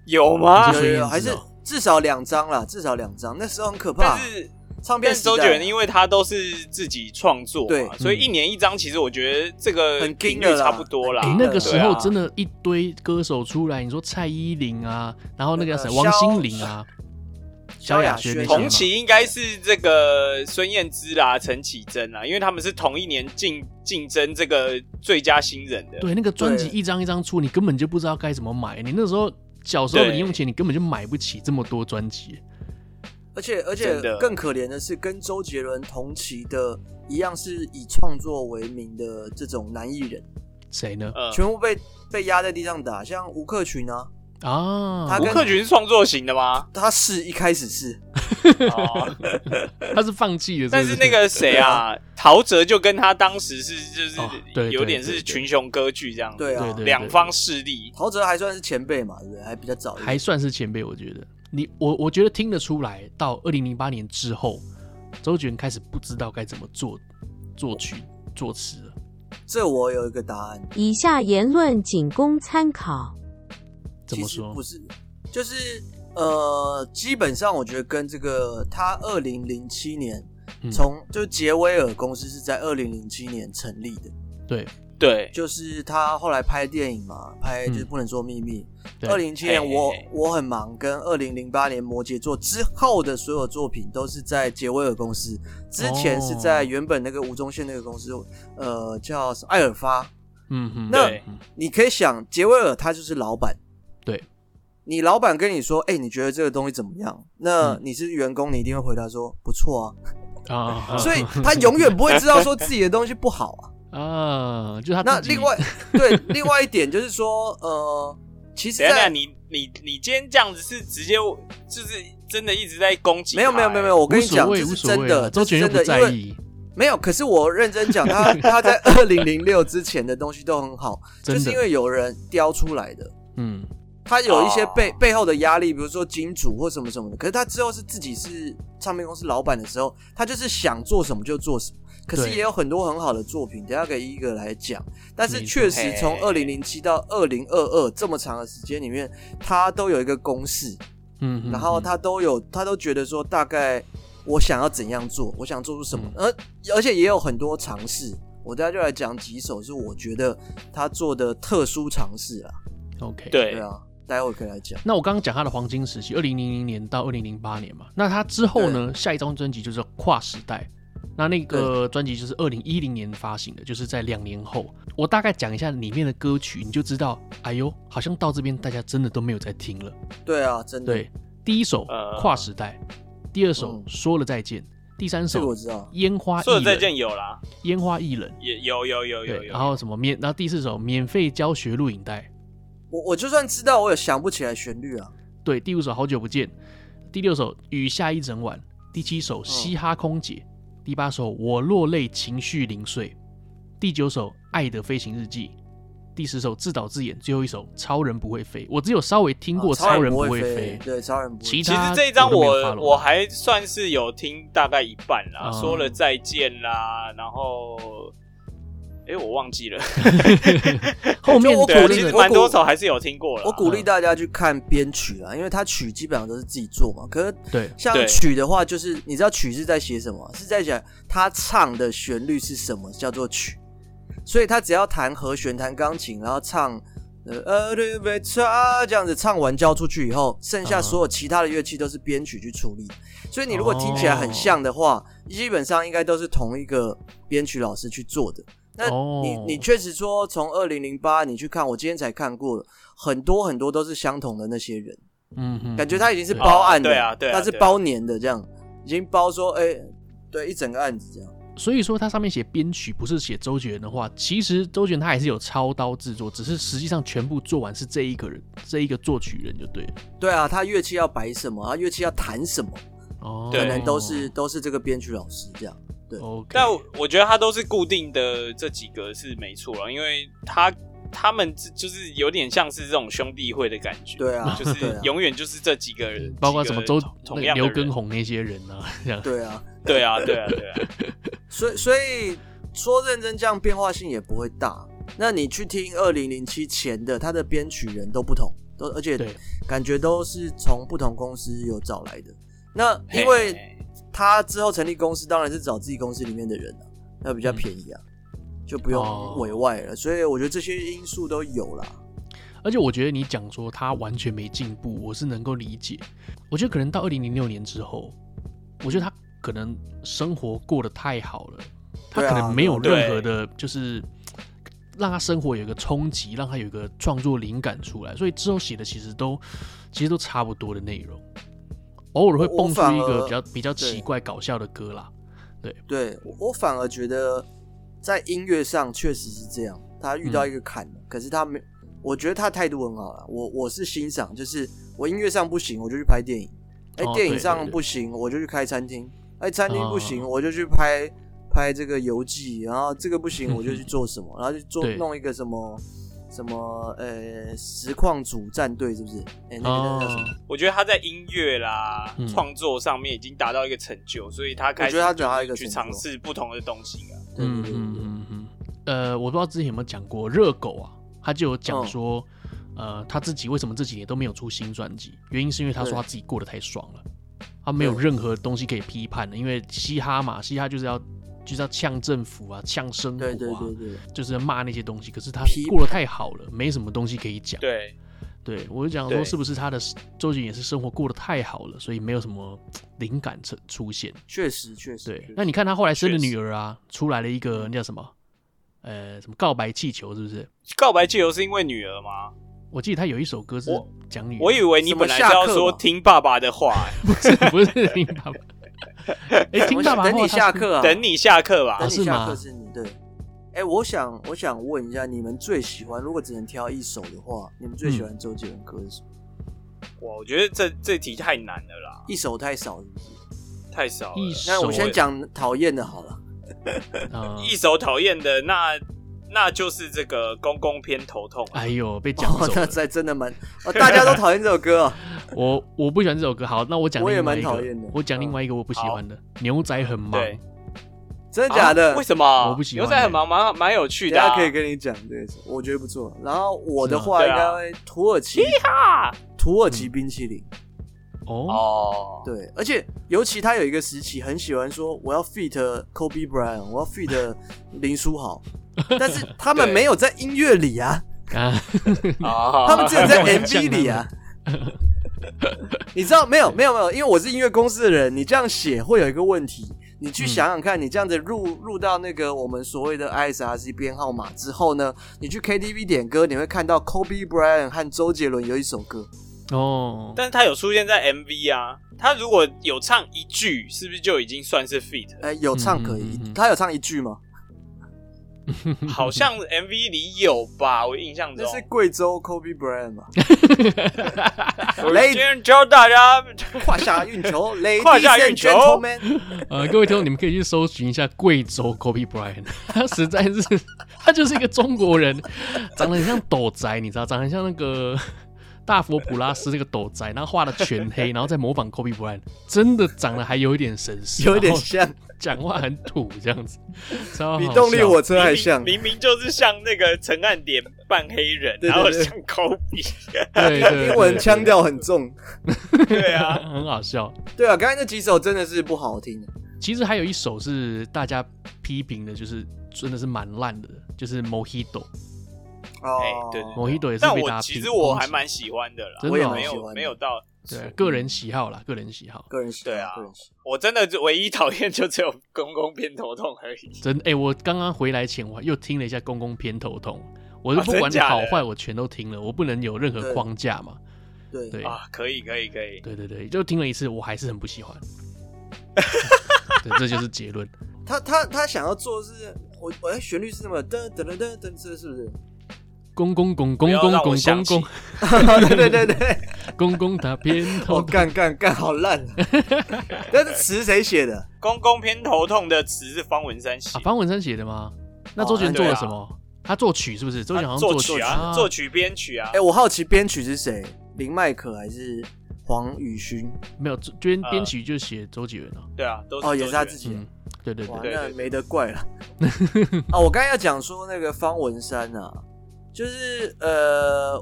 有吗你有啊有是？孙燕姿有，哦还是至少两张啦，至少两张。那时候很可怕但，是唱片但时是代周杰伦因为他都是自己创作对嘛，所嗯以一年一张，其实我觉得这个很频 king 率的啦差不多啦很。你哎那个时候对啊真的一堆歌手出来，你说蔡依林啊，然后那个谁呃王萧心凌啊，萧亚亚轩轩那些同嘛期应该是这个孙燕姿啦、陈绮贞啦，因为他们是同一年竞竞争这个最佳新人的。对，那个专辑对一张一张出，你根本就不知道该怎么买。你那时候小时候的对零用钱，你根本就买不起这么多专辑。而且而且真的更可怜的是，跟周杰伦同期的一样是以创作为名的这种男艺人，嗯谁呢？呃，全部被被压在地上打，像吴克群啊，呃啊，他吴跟？克群是创作型的吗 他是一开始是， 哦他是放弃了，但是是不那个谁啊，陶喆就跟他当时是就是哦对对有点对是对群雄割据这样，对啊，对对两方势力。陶喆还算是前辈嘛，对不对？还比较早一点，还算是前辈，我觉得你我我觉得听得出来，到二零零八年之后，周杰伦开始不知道该怎么做作曲作词了。这我有一个答案，以下言论仅供参考。怎其么实说不？是，就是呃，基本上我觉得跟这个他二零零七年嗯从就是杰威尔公司是在二零零七年成立的，对，对，就是他后来拍电影嘛，拍就是嗯不能说秘密。对二零零七年嘿我嘿嘿我很忙，跟二零零八年摩羯座之后的所有作品都是在杰威尔公司，之前是哦在原本那个吴宗宪那个公司，呃，叫什么艾尔发。嗯哼，那嗯哼你可以想，杰威尔他就是老板，对，你老板跟你说，哎、你觉得这个东西怎么样？那嗯你是员工，你一定会回答说不错啊。啊， 啊所以他永远不会知道说自己的东西不好啊。啊，就是他那自己另外对另外一点就是说，呃，其实等一下在你你你今天这样子是直接就是真的一直在攻击他，没有没有没有没有，我跟啊哎无你讲，所这谓是无所真谓啊，的，周这杰是伦真又不的，在因为意，没有。可是我认真讲， 他他在二零零六之前的东西都很好，就真是因的，为有人雕出来的。嗯，他有一些背、哦背后的压力，比如说金主或什么什么的。可是他之后是自己是唱片公司老板的时候，他就是想做什么就做什么。可是对也有很多很好的作品，等一下可以一个来讲。但是没错确实从嘿二零零七到二零二二这么长的时间里面，他都有一个公式，嗯哼，然后他都有，他都觉得说大概我想要怎样做，我想做出什么，而、而且也有很多尝试。我等下就来讲几首是我觉得他做的特殊尝试啊，嗯 OK，。对欸对啊，待会可以来讲。那我刚刚讲他的黄金时期，二零零零年到二零零八年嘛。那他之后呢，下一张专辑就是跨时代。那那个专辑就是二零一零年发行的，就是在两年后。我大概讲一下里面的歌曲，你就知道，哎呦，好像到这边大家真的都没有在听了。对啊，真的，对，第一首嗯呃《跨时代》，第二首嗯《说了再见》，第三这个首我《知道。烟花说易的再冷》，见有啦，烟花易冷，也有有有有对，有，然后什么免，然后第四首免费教学录影带，我我就算知道，我也想不起来旋律啊。对，第五首好久不见，第六首雨下一整晚，第七嗯首嘻哈空姐，第八首我落泪情绪零碎，第九首爱的飞行日记，第十首自导自演，最后一首超人不会飞，我只有稍微听过啊超人不会飞，对，超人不会其飞。其实他这一张我都没有我 follow 我还算是有听大概一半啦，哦说了再见啦，然后，哎、我忘记了，后面就我的对啊，鼓励其实我蛮鼓多首还是有听过了。我嗯鼓励大家去看编曲啊，因为他曲基本上都是自己做嘛。可是对像对曲的话，就是你知道曲是在写什么？是在讲他唱的旋律是什么，叫做曲。所以他只要弹和弦、弹钢琴，然后唱呃呃对对差这样子唱完交出去以后，剩下嗯所有其他的乐器都是编曲去处理。所以你如果听起来很像的话，基本上应该都是同一个编曲老师去做的。那哦你你确实说从二零零八你去看，我今天才看过，很多很多都是相同的那些人。嗯哼，感觉他已经是对包案的，哦对啊对啊他是包年的这样，已经包说，哎、对，一整个案子这样，所以说它上面写编曲不是写周杰伦的话，其实周杰伦他还是有操刀制作，只是实际上全部做完是这一个人，这一个作曲人就对了。对啊，他乐器要摆什么，他乐器要弹什么，哦，对可能都是都是这个编曲老师这样，对 OK，但我我觉得它都是固定的这几个是没错了，因为他他们就就是有点像是这种兄弟会的感觉，对啊就对是啊永远就是这几个人，包括什么周几个同那同个样的刘人畊，宏那些人 啊，这样对啊，对啊对啊对啊，所以所以说认真这样变化性也不会大。那你去听二零零七前的，他的编曲人都不同，都而且对感觉都是从不同公司有找来的。那 因嘿为他之后成立公司，当然是找自己公司里面的人了、啊，那比较便宜啊，就不嗯哦用委外了。所以我觉得这些因素都有啦。而且我觉得你讲说他完全没进步，我是能够理解。我觉得可能到二零零六年之后，我觉得他可能生活过得太好了，他对啊可能没有任何的，就是让他生活有一个冲击，让他有一个创作灵感出来。所以之后写的其实都其实都差不多的内容，偶尔会我蹦出反一个而比较比较对奇怪搞笑的歌啦。对我我反而觉得在音乐上确实是这样，他遇嗯到一个坎了，可是他没，我觉得他态度很好了。我我是欣赏，就是我音乐上不行，我就去拍电影；哎、哦电影对对上对不行，我就去开餐厅；哎，餐厅不行，哦我就去拍拍这个游记，然后这个不行，我 就去做什么，然后就做对弄一个什么。什么呃，实况组战队是不是？哎、那个叫什么？我觉得他在音乐啦嗯、创、作上面已经达到一个成就，所以他开始我觉得他找到一个去成就尝试不同的东西啊。对嗯对对对嗯嗯嗯，呃，我不知道之前有没有讲过热狗啊，他就有讲说，嗯呃，他自己为什么这几年都没有出新专辑，原因是因为他说对他自己过得太爽了，他没有任何东西可以批判的，因为嘻哈嘛，嘻哈就是要就是要呛政府啊，呛生活啊，对对对对，就是骂那些东西。可是他批判过得太好了，没什么东西可以讲。对，对，我就讲说，对是不是他的周杰伦也是生活过得太好了，所以没有什么灵感出出现？确实确实。对确，嗯那你看他后来生的确实女儿啊，出来了一个那叫什么？呃，什么告白气球是不是？告白借由是因为女儿吗？嗯我记得他有一首歌是我讲女儿，我 以为你本来是要说听爸爸的话、 不是不是听爸爸，哎、实听爸爸等话你他下是课啊，等你下课吧等。啊你是下吗课是你对。哎、我想我想问一下，你们最喜欢，如果只能挑一首的话，你们最喜嗯欢周杰伦歌是什么？哇，我觉得这这题太难了啦，一首太少是不是？太少了一。那我首先讲讨厌的好 了。嗯一首讨厌的，那那就是这个公公偏头痛、啊。哎呦，被讲哦走，那了。才真的蛮……哦，大家都讨厌这首歌、哦。我我不喜欢这首歌。好，那我讲我也另外蛮一个讨厌的，嗯我讲另外一个我不喜欢的。牛仔很忙，对 真的假的？啊为什么？我不喜欢牛仔很忙，蛮蛮有趣的、大啊。家可以跟你讲这首，我觉得不错。然后我的话是应吗该会土耳其，啊土耳其冰淇淋。哦，哦，对，而且尤其他有一个时期很喜欢说我要 feat Kobe Bryant，我要 feat 林书豪，但是他们对没有在音乐里啊，啊， 啊他们只有在很像 MV 里啊。你知道没有？没有没有，因为我是音乐公司的人，你这样写会有一个问题。你去想想看，你这样子入入到那个我们所谓的 ISRC 编号码之后呢，你去 KTV 点歌，你会看到 Kobe Bryant 和周杰伦有一首歌， 哦，但是他有出现在 MV 啊，他如果有唱一句，是不是就已经算是 fit？了 哎、有唱可以嗯嗯嗯，嗯他有唱一句吗？好像 MV 里有吧，我印象那中。是贵州 Kobe Bryant 嘛，啊我雷今天教大家，胯下运球，Ladies 胯下运 and 球 gentlemen，呃，各位听众，你们可以去搜寻一下贵州 Kobe Bryant，他 实在是，他就是一个中国人， 长得很像斗宅，你知道，长得很像那个 大佛普拉斯那个斗宅，然后画的全 黑，然后再模仿 Kobe Bryant，真的长得还有一点神似，有点然后像，讲话很土这样子，超好比动力笑火车还啊像明。明明就是像那个陈汉典扮黑人，对对然后对像抠鼻，对对对英文腔调很重， 对啊，很好笑。对啊，刚才那几首真的是不好听的。其实还有一首是大家批评的，就是真的是蛮烂的，就是 Mojito。哦，哎对对 Mojito 也是但被大我家其批实我还抨击蛮喜欢的啦，真我的也哦没喜欢有的没有到，对个人喜好啦，个人喜好。个人喜好对啊个人喜好我真的就唯一讨厌就只有公公偏头痛而已。真哎、我刚刚回来前我又听了一下公公偏头痛，我就啊不真管假好的坏我全都听了，我不能有任何对框架嘛。对对啊，可以可以可以，对对对，就听了一次，我还是很不喜欢。对，这就是结论。他他他想要做的是，我我哎旋律是什么？噔噔噔噔噔，这是不 是？公公公不公要公让我公想公起公对对对对，公公打偏我头痛。干干干，好烂 啊！但是词谁写的？公公偏头痛的词是方文山写啊，，方文山写的吗？那周杰伦哦做了对啊什么？他作曲是不是？周杰伦好像作曲曲啊，作曲编曲啊哎，，我好奇编曲是谁？林麦可还是黄宇勋？没有作编呃编曲就写周杰伦啊。对啊，都哦，也是他己。自己啊。嗯，对对哇，对，那对对没得怪了。啊，我刚才要讲说那个方文山啊，就是呃，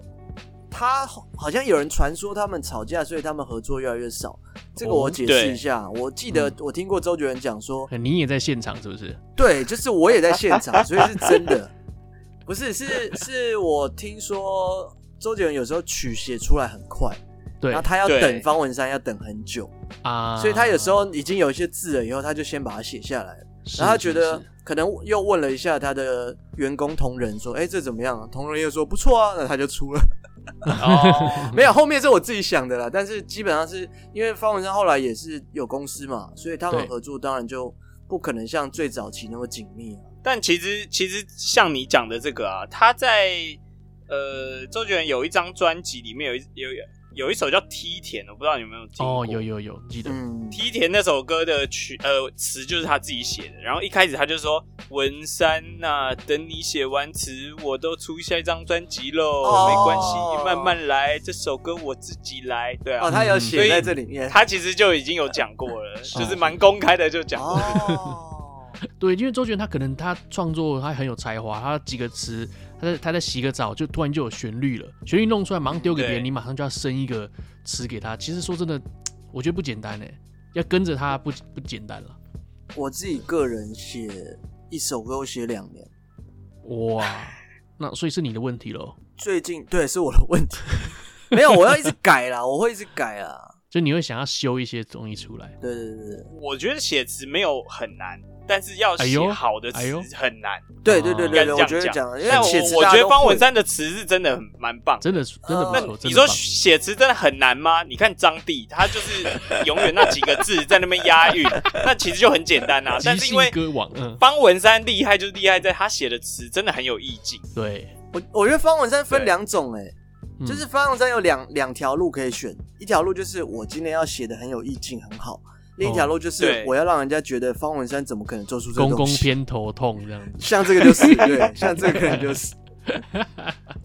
他好像有人传说他们吵架，所以他们合作越来越少。这个我哦嗯解释对一下，我记得我听过周杰伦讲说，呃你也在现场是不是？对，就是我也在现场，所以是真的，不是是是我听说周杰伦有时候曲写出来很快，对然后他要对等方文山要等很久，啊，所以他有时候已经有一些字了以后，他就先把它写下来了。是，然后他觉是得是可能又问了一下他的员工同仁说：“哎、这怎么样、啊？”同仁又说：“不错啊。”那他就出了。 哦，没有，后面是我自己想的啦。但是基本上是因为方文山后来也是有公司嘛，所以他们对合作当然就不可能像最早期那么紧密啊。但其实其实像你讲的这个啊，他在呃周杰伦有一张专辑里面有一有有一首叫《梯田》，我不知道你有没有听过哦，有。有有记得，嗯，梯田那首歌的曲呃词就是他自己写的，然后一开始他就说文山呐、等你写完词，我都出下一张专辑喽，哦没关系，慢慢来，这首歌我自己来，对啊，哦，他有所写以在这里面。他其实就已经有讲过 了，就是蛮公开的就讲过了，哦，对，因为周杰伦他可能他创作他很有才华，他几个词，他在他在洗个澡就突然就有旋律了，旋律弄出来马上丢给别对人，你马上就要生一个词给他。其实说真的，我觉得不简单哎，要跟着他不不简单了。我自己个人写一首歌，我写两年。哇，那所以是你的问题喽，最近对是我的问题，没有，我要一直改啦，我会一直改啦。就你会想要修一些东西出来。对对对对我觉得写词没有很难，但是要哎写呦好的词哎呦很难。对对对应对对，哦该这我样觉得讲了，因为但我哎写词我大觉家得都方会文山的词是真的很蛮棒的。真的是真的不那错，你哦真的说不错写词真的很难吗？你看张帝，他 就是永远那几个字在那边押韵，那其实就很简单啊。但即是因为兴歌王，嗯，方文山厉害，就是厉害在他写的词真的很有意境。对，我我觉得方文山分对两种、欸，嗯就是方文山有两两条路可以选，一条路就是我今天要写的很有意境，很好；另一条路就是哦对我要让人家觉得方文山怎么可能做出这公种公偏头痛这样子。像这个就是对，像这个可能就是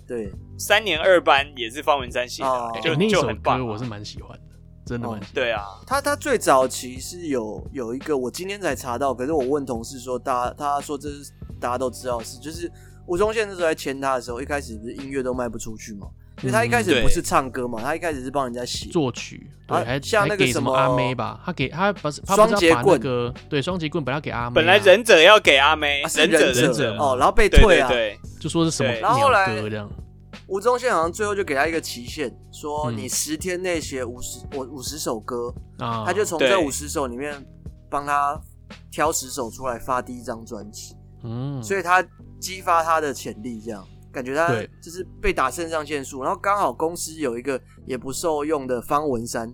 对三年二班也是方文山写的啊，哦哎就那一就首很棒啊。歌我是蛮喜欢的，真的蛮喜欢。对啊，他他最早期是有有一个我今天才查到，可是我问同事说大家他说这是大家都知道的事，就是吴宗宪那时候在签他的时候，一开始不是音乐都卖不出去嘛，因为他一开嗯始对不是唱歌嘛，他一开始是帮人家写。作曲，对，啊还像那还个给什么么阿妹吧，他给他不是他不是双节要把那棍个对双节棍本来要给阿妹啊，本来忍者要给阿妹啊，是忍者者忍者哦，然后被对退对啊，对，就说是什么对然后后鸟来歌这样，吴宗宪好像最后就给他一个期限，说嗯你十天内写五十我五十首歌，啊，他就从对这五十首里面帮他挑十首出来发第一张专辑，嗯，所以他激发他的潜力，这样感觉他对就是被打肾上腺素，然后刚好公司有一个也不受用的方文 山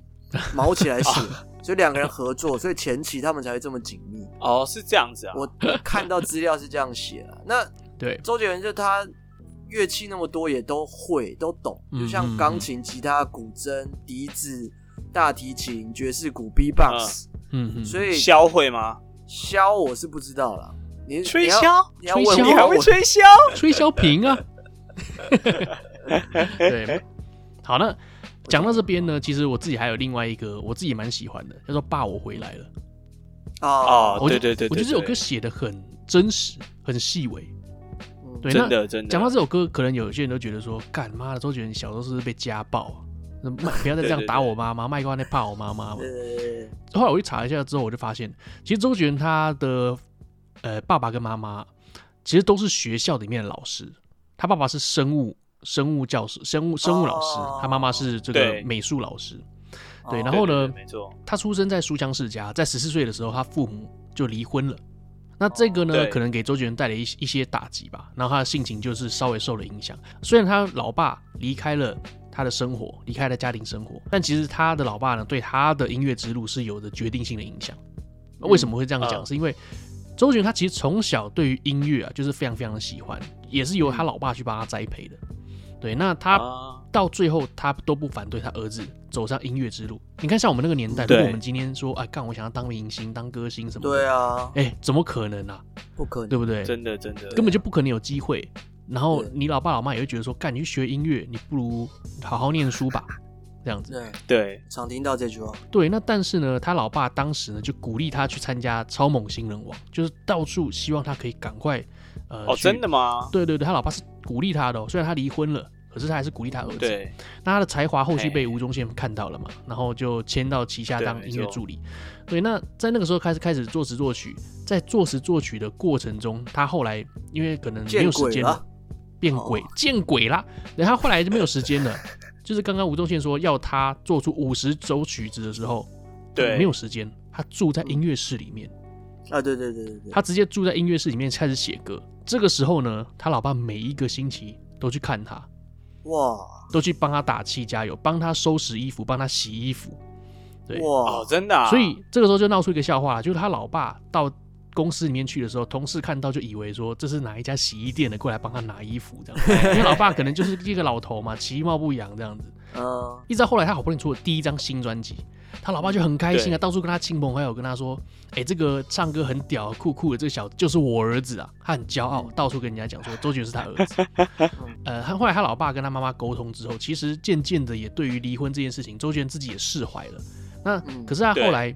毛起来写，啊所以两个人合作，所以前期他们才会这么紧密。哦是这样子啊。我看到资料是这样写啊， 那对周杰伦就他乐器那么多也都会都懂，嗯就像钢琴、吉他、古筝、笛子、大提琴、爵士鼓、B-box，、嗯嗯，所以销会吗？箫我是不知道啦。你吹你要箫，你要吹问箫你还我，会我吹箫？吹小平 啊，对，好那。讲到这边呢，其实我自己还有另外一个我自己蛮喜欢的，叫做《爸，我回来了》。哦，我对对就对，我觉得这首歌对写的很真实，很细微。嗯对，真那的真的。讲到这首歌，可能有些人都觉得说，干妈的周杰伦小时候是不是被家暴啊？那麦不要对再这对样对打我妈妈，麦克风在怕我 妈妈嘛。呃，后来我去查一下之后，我就发现，其实周杰伦他的呃爸爸跟妈妈其实都是学校里面的老师，他爸爸是生物生物教师，生物生物老师，哦他妈妈是这个对美术老师。对，哦然后对呢对对没错，他出生在书香世家，在十四岁的时候，他父母就离婚了。那这个哦呢，对可能给周杰伦带来一一些打击吧，然后他的性情就是稍微受了影响。虽然他老爸离开了他的生活，离开了家庭生活，但其实他的老爸呢，对他的音乐之路是有着决定性的影响。那为什么会这样讲？嗯是因为周杰伦他其实从小对于音乐啊，就是非常非常的喜欢，也是由他老爸去帮他栽培的。对，那他啊到最后，他都不反对他儿子走上音乐之路。你看，像我们那个年代，如对果我们今天说，哎，干，我想要当明星、当歌星什么的，对，啊，哎，怎么可能啊？不可能，对不对？真的真的啊根本就不可能有机会。然后对你老爸老妈也会觉得说，干，你去学音乐，你不如好好念书吧， 这样子。对，对常听到这句话，对，那但是呢，他老爸当时呢就鼓励他去参加超猛新人王，就是到处希望他可以赶快，呃，哦，去真的？吗？对对对，他老爸是鼓励他的、哦，虽然他离婚了，可是他还是鼓励他儿子。对那他的才华后续嘿被吴宗宪看到了嘛，然后就签到旗下对当没音乐错助理。对，那在那个时候开始开始作词作曲，在作词作曲的过程中，他后来因为可能没有见时鬼间了，变鬼哦见鬼啦，然后后来就没有时间了。就是刚刚吴宗宪说要他做出五十首曲子的时候，对，没有时间，他住在音乐室里面，啊，对对对对对，他直接住在音乐室里面开始写歌。这个时候呢，他老爸每一个星期都去看他，哇都去帮他打气加油，帮他收拾衣服，帮他洗衣服。对，哇哦，，真的啊。所以这个时候就闹出一个笑话，就是他老爸到公司里面去的时候，同事看到就以为说这是哪一家洗衣店的过来帮他拿衣服这样，因为老爸可能就是一个老头嘛，其貌不扬这样子。嗯，一直到后来他好不容易出了第一张新专辑，他老爸就很开心对啊，到处跟他亲朋好友跟他说：“哎、这个唱歌很屌，酷酷的这个小子就是我儿子啊！”他很骄傲，到处跟人家讲说周杰伦是他儿子。 呃，他后来他老爸跟他妈妈沟通之后，其实渐渐的也对于离婚这件事情，周杰伦自己也释怀了。那嗯可是他对后来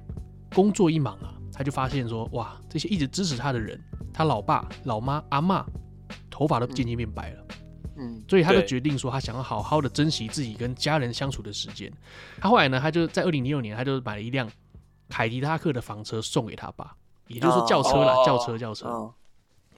工作一忙啊，他就发现说：“哇，这些一直支持他的人，他老爸、老妈、阿嬷，头发都渐渐变白了。”嗯所以他就对决定说，他想要好好的珍惜自己跟家人相处的时间。他后来呢，他就在二零零六年，他就买了一辆凯迪拉克的房车送给他爸，也就是说轿车哦啦，轿车轿车。嗯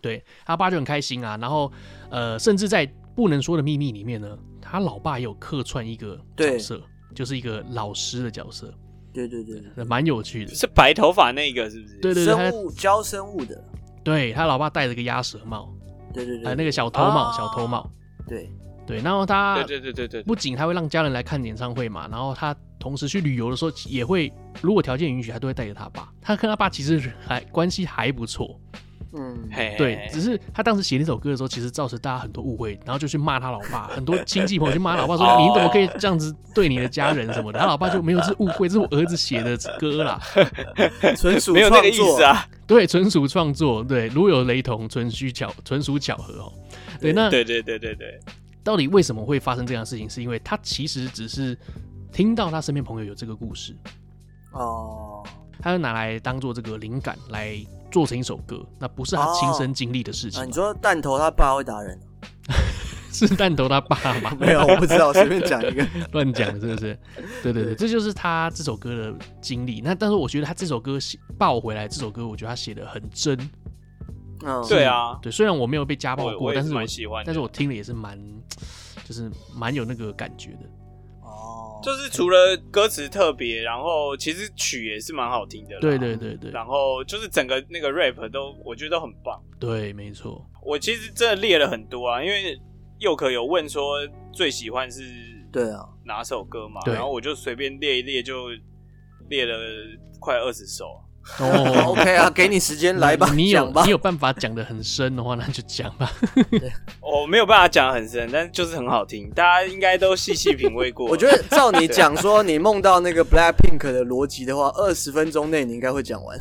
对他爸就很开心啊，然后呃，甚至在不能说的秘密里面呢，他老爸也有客串一个角对色，就是一个老师的角色，对对对，蛮有趣的。是白头发那个是不是？对对对，他生物教生物的，对他老爸戴着个鸭舌帽，对对呃，对那个小偷帽，哦小偷帽。对，对，然后他对对对对对对，不仅他会让家人来看演唱会嘛，然后他同时去旅游的时候也会，如果条件允许，他都会带着他爸。他跟他爸其实还关系还不错，嗯，嘿，对，只是他当时写那首歌的时候，其实造成大家很多误会，然后就去骂他老爸，很多亲戚朋友去骂他老爸说哦你怎么可以这样子对你的家人什么的，他老爸就没有这误会，这是我儿子写的歌啦，哎纯属没有那个创意作思，啊。对，纯属创作，对，如有雷同，纯虚巧，纯属巧合哦。对，那对对对对对，到底为什么会发生这样的事情？是因为他其实只是听到他身边朋友有这个故事，哦，他就拿来当做这个灵感来做成一首歌，那不是他亲身经历的事情啊，你嘛，说弹头他爸会打人？啊 是弹头他爸嘛？ 没有，我不知道，随便讲一个。 乱讲是不是？对对对，这就是他这首歌的经历。那但是我觉得他这首歌写抱回来，这首歌我觉得他写的很真。嗯，对啊，对，虽然我没有被家暴我过，我也但是是我蛮喜欢的但是我听了也是蛮，就是蛮有那个感觉的。哦，就是除了歌词特别，然后其实曲也是蛮好听的啦。对对对对然后就是整个那个 rap 都，我觉得都很棒。对，没 错。我其实真的列了很多啊，因为佑可有问说最喜欢是对啊，哪首歌嘛，对然后我就随便列一列，就列了快二十首啊。 哦 OK 啊，给你时间来吧，你你有讲吧你有办法讲的很深的话，那就讲 吧。我没有办法讲得很深，但是就是很好听，大家应该都细细品味过。 我觉得照你讲说，你梦到那个 Black Pink 的逻辑的话，二十分钟内你应该会讲完。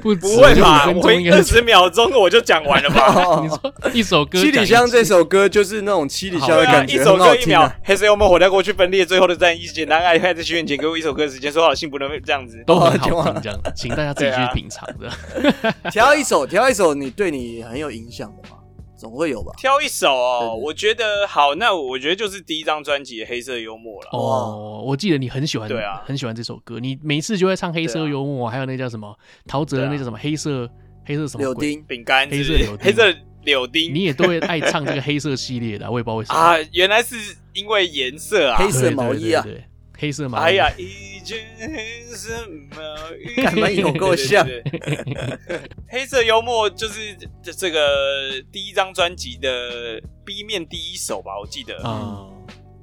不止不会吧？就五分我钟应该二是十秒钟我就讲完了吧？你哦，说一首歌七讲里一香次这首歌就是那种七里香 好的对啊，感一觉，首很歌好一听秒啊。，黑色幽默火带过去分裂，最后的战役简单爱，还在许愿前给我一首歌的时间，说好幸福能这样子。都哦很好天听，啊这样，请大家自己去品尝 的。挑一首，挑一首你对你很有影响的嘛，总会 有吧？挑一首对哦，对我觉得好，那我觉得就是第一张专辑《黑色幽默》了。哦，我记得你很喜欢，对啊很喜欢这首歌。你每次就会唱黑色啊幽默，还有那叫什么陶喆的那叫什么黑色黑色什么柳鬼，丁，饼干是不黑色是柳 黑色柳丁丁，你也都会爱唱这个黑色系列的啊，我也不知道为什么。啊，原来是因为颜色啊黑。色毛衣啊对，对对对黑色毛衣。哎呀，一件黑色毛衣，干嘛有够像对对对对黑色幽默就是这这个第一张专辑的 B 面第一首吧，我记得。嗯啊，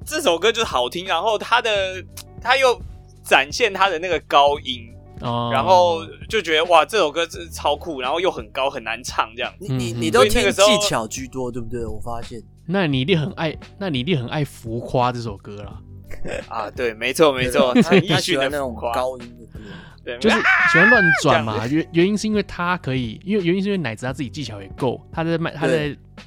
这首歌就是好听，然后他的他又展现他的那个高音，哦然后就觉得哇，这首歌真是超酷，然后又很高很难唱这样。你你嗯你都所以那听个时候技巧居多，对不对？我发现，那你一定很爱，那你一定很爱浮夸这首歌啦，啊，对，没错没错， 他很易他喜训欢的那浮种夸，高音的歌，对，就是啊喜欢乱转嘛。原原因是因为他可以，因为原因是因为奶子他自己技巧也够，他在卖他在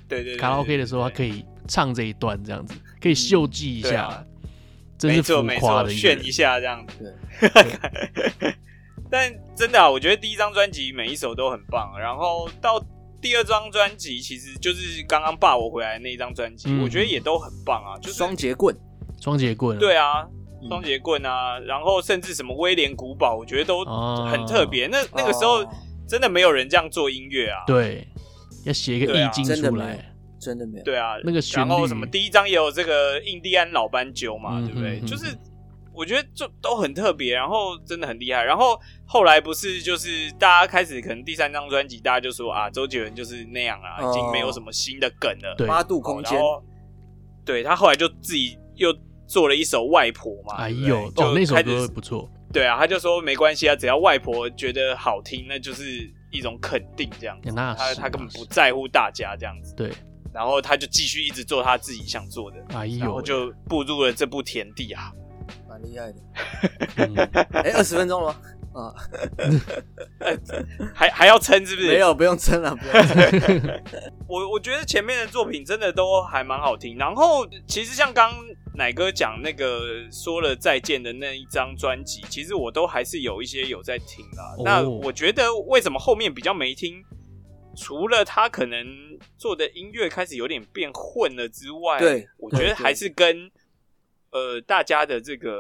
对对对卡拉 OK 的时候，他可以唱这一段这样子，可以秀技一对下，啊真没是错浮没夸错，的一个炫人一下这样对子。 但真的啊，我觉得第一张专辑每一首都很棒，然后到第二张专辑，其实就是刚刚爸我回来的那一张专辑，嗯我觉得也都很棒啊，就是双节棍，双节棍啊，对啊，嗯双节棍啊，然后甚至什么威廉古堡，我觉得都哦很特别。那那个时候哦真的没有人这样做音乐啊，对，要写一个对啊意境真的出没有来，真的没有。对啊，那个旋律然后什么第一张也有这个印第安老斑鸠嘛，嗯对不对？嗯嗯就是我觉得就都很特别，然后真的很厉害。然后后来不是就是大家开始可能第三张专辑，大家就说啊，周杰伦就是那样啊，哦已经没有什么新的梗了。对八度哦，空间然，后对他后来就自己又做了一首《外婆》嘛，哎对不呦，对哦，就那首开始歌不错，对啊，他就说没关系啊，只要外婆觉得好听，那就是一种肯定这样子。那他啊是他根本那不是在乎大家这样子，对，然后他就继续一直做他自己想做的，哎然后呦，就步入了这步田地啊。蛮厉害的。嗯哎，二十分钟了吗？啊，还还要撑是不是？没，有，不用撑了，不用 撑。我我觉得前面的作品真的都还蛮好听。然后其实像刚奶哥讲那个说了再见的那一张专辑，其实我都还是有一些有在听啦。哦那我觉得为什么后面比较没听？除了他可能做的音乐开始有点变混了之外，对我觉对对得还是跟呃大家的这个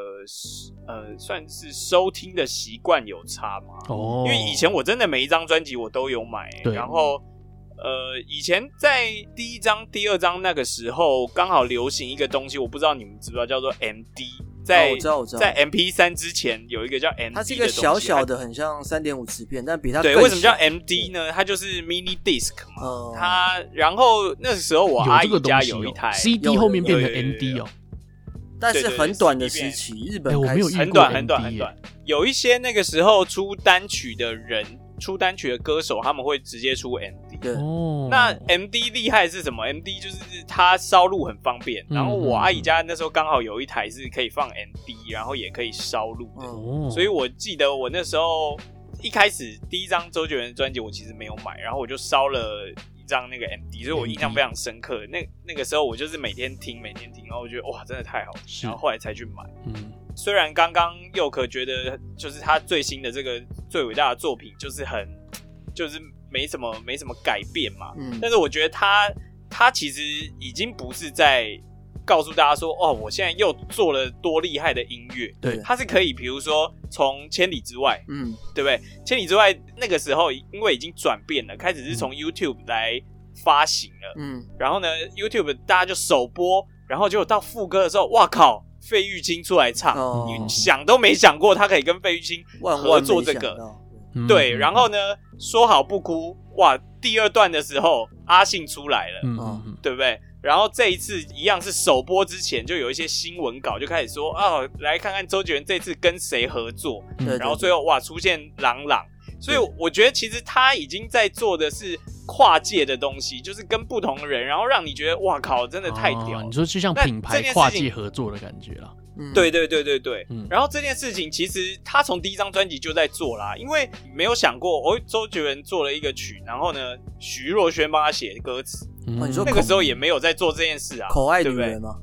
呃算是收听的习惯有差吗？哦，因为以前我真的每一张专辑我都有买、对然后呃，以前在第一张、第二张那个时候，刚好流行一个东西，我不知道你们知不知道，叫做 MD，在、哦我知道我知道在 MP 三之前有一个叫 MD，它是一个的东西小小，的，很像三点五磁片，但比它它对，更为什么叫小 MD 呢？它就是 mini disc 嘛，呃，它然后那时候我阿有这姨个家东西有一哦台 CD 有后面有变有成有有 ND 有哦，但对是对很对短的随时便期，日哎本我开没有始遇很过短 MD 很短很耶短。有一些那个时候出单曲的人，出单曲的歌手，他们会直接出 MD。对哦，那 MD 厉害是什么？MD 就是它烧录很方便。嗯然后我阿姨家那时候刚好有一台是可以放 MD，然后也可以烧录的。嗯哦，所以我记得我那时候一开始第一张周杰伦的专辑，我其实没有买，然后我就烧了一张那个 MD，所以我印象 MD 非常深刻。那那个时候我就是每天听，每天听，然后我觉得哇，真的太好了，是然后后来才去买。嗯，虽然刚刚佑可觉得就是他最新的这个最伟大的作品就是很就是没什么没什么改变嘛，嗯但是我觉得他他其实已经不是在告诉大家说哦，我现在又做了多厉害的音乐，对他是可以比如说从《千里之外》嗯，对不对？《千里之外》那个时候因为已经转变了，开始是嗯从 YouTube 来发行了，嗯，然后呢 YouTube 大家就首播，然后结果到副歌的时候，哇靠，费玉清出来唱，哦你想都没想过他可以跟费玉清万合万作没这想个，到嗯对，然后呢，说好不哭，哇，第二段的时候阿信出来了，嗯哦嗯嗯对不对？然后这一次一样是首播之前就有一些新闻稿就开始说，哦，来看看周杰伦这次跟谁合作，嗯对，然后对最后哇出现朗朗，所以我觉得其实他已经在做的是跨界的东西，就是跟不同人，然后让你觉得哇靠，真的太屌哦了你。说就像那品这牌件事跨情界合作的感觉啦，嗯对对对对对，嗯然后这件事情其实他从第一张专辑就在做啦，因为没有想过，哦，周杰伦做了一个曲，然后呢，徐若瑄帮他写歌词，嗯哦你说那个时候也没有在做这件事啊，口爱对女不对人？嘛，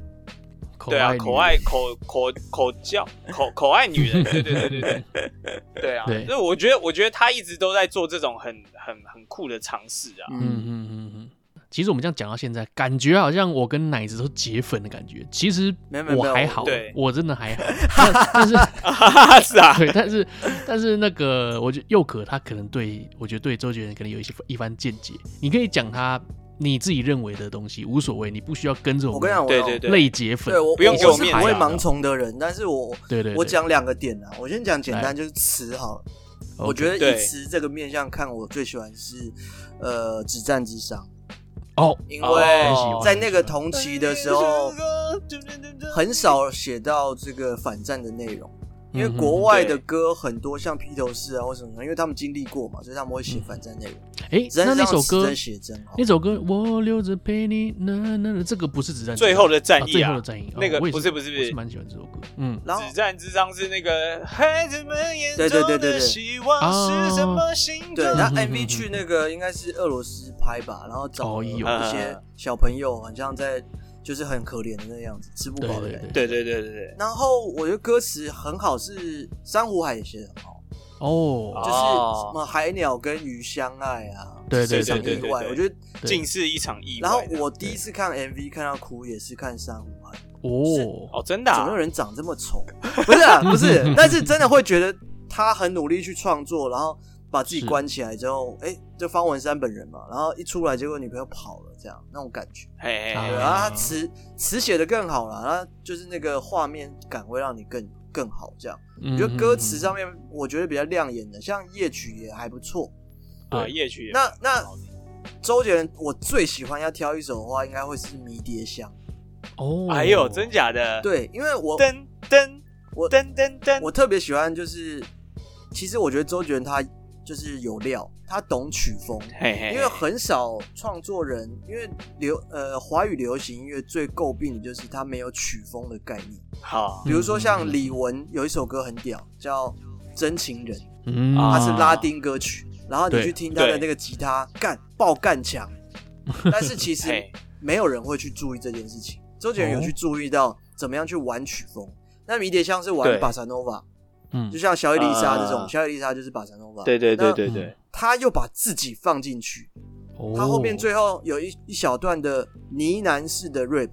对啊，女口爱口口口叫口口爱女 人，对对对对对，对啊，对所以我觉得我觉得他一直都在做这种很很很酷的尝试啊，嗯嗯，嗯嗯嗯。其实我们这样讲到现在，感觉好像我跟奶子都解粉的感觉。其实没有没有我没有还好对，我真的还好。但但是 嗯是啊，对，但 是但是那个，我觉得佑可他可能对我觉得对周杰伦可能有一些一番见解。你可以讲他你自己认为的东西，无所谓，你不需要跟着我我跟你们讲，我对有对对类解粉对。我不用我给我是面不子会啊盲从的人，但是我对对，我对讲两个点啊，我先讲简来单，就是词好了。 OK，我觉得对以词这个面向看，我最喜欢是呃《止战之殇》，哦，因哦为很喜欢在那个同期的时候，很少写到这个反战的内容。因为嗯哼国外的歌很多像披头士啊或什么，因为他们经历过嘛，所以他们会写反战内容。哎，只那是那首歌真写真好那，首歌我留着陪你，那那那这个不是子弹最后的战役最啊后的战役，哦那个我也不是不是不是我是蛮喜欢这首歌，嗯，然后止战之殇是那个孩子们眼对对中对对的对希望是什么心中对，的然嗯后哼嗯 MV 哼去那个应该是俄罗斯拍吧，然后找哦了有一些小朋友，好像在就是很可怜的那样子，吃不对哦饱的对感觉。对对对对对，然后我觉得歌词很好，是珊瑚海也写的很好，哦就是哦什么海鸟跟鱼相爱啊，对这对是场对对意对，外，对我觉得。对竟是一场意外然啊。后我第一次看 MV 看到哭，也是看珊瑚海，哦哦，真 的啊怎么有人长这么丑？ 不是 啊，不是，但是真的会觉得他很努力去创作，然后把自己是关起来之后，哎，就方文山本人嘛，然后一出来，结果女朋友跑了，这样那种感觉。嘿嘿啊对嘿然后他词词写的更好了，然后就是那个画面感会让你更更好这样。我嗯我觉得歌词上面，我觉得比较亮眼的，像夜曲也还不错。啊对夜曲也那那好听周杰伦，我最喜欢要挑一首的话，应该会是《迷迭香哦，哎呦，真假的》。？对，因为我噔噔我噔噔噔，我特别喜欢，就是其实我觉得周杰伦他就是有料，他懂曲风，嘿嘿嘿，因为很少创作人，因为流呃华语流行音乐最诟病的就是他没有曲风的概念。好比如说像李玟有一首歌很屌，叫《真情人》，嗯，它啊是拉丁歌啊曲，然后你对去听他的那个吉他干爆干强，但是其实 嘿没有人会去注意这件事情。周杰伦有哦去注意到怎么样去玩曲风，那迷迭香是对玩巴萨诺瓦，嗯就像小野丽莎这啊种，小野丽莎就是巴萨诺瓦，对对对那对对，他又把自己放进去，哦他后面最后有一一小段的呢喃式的 rap，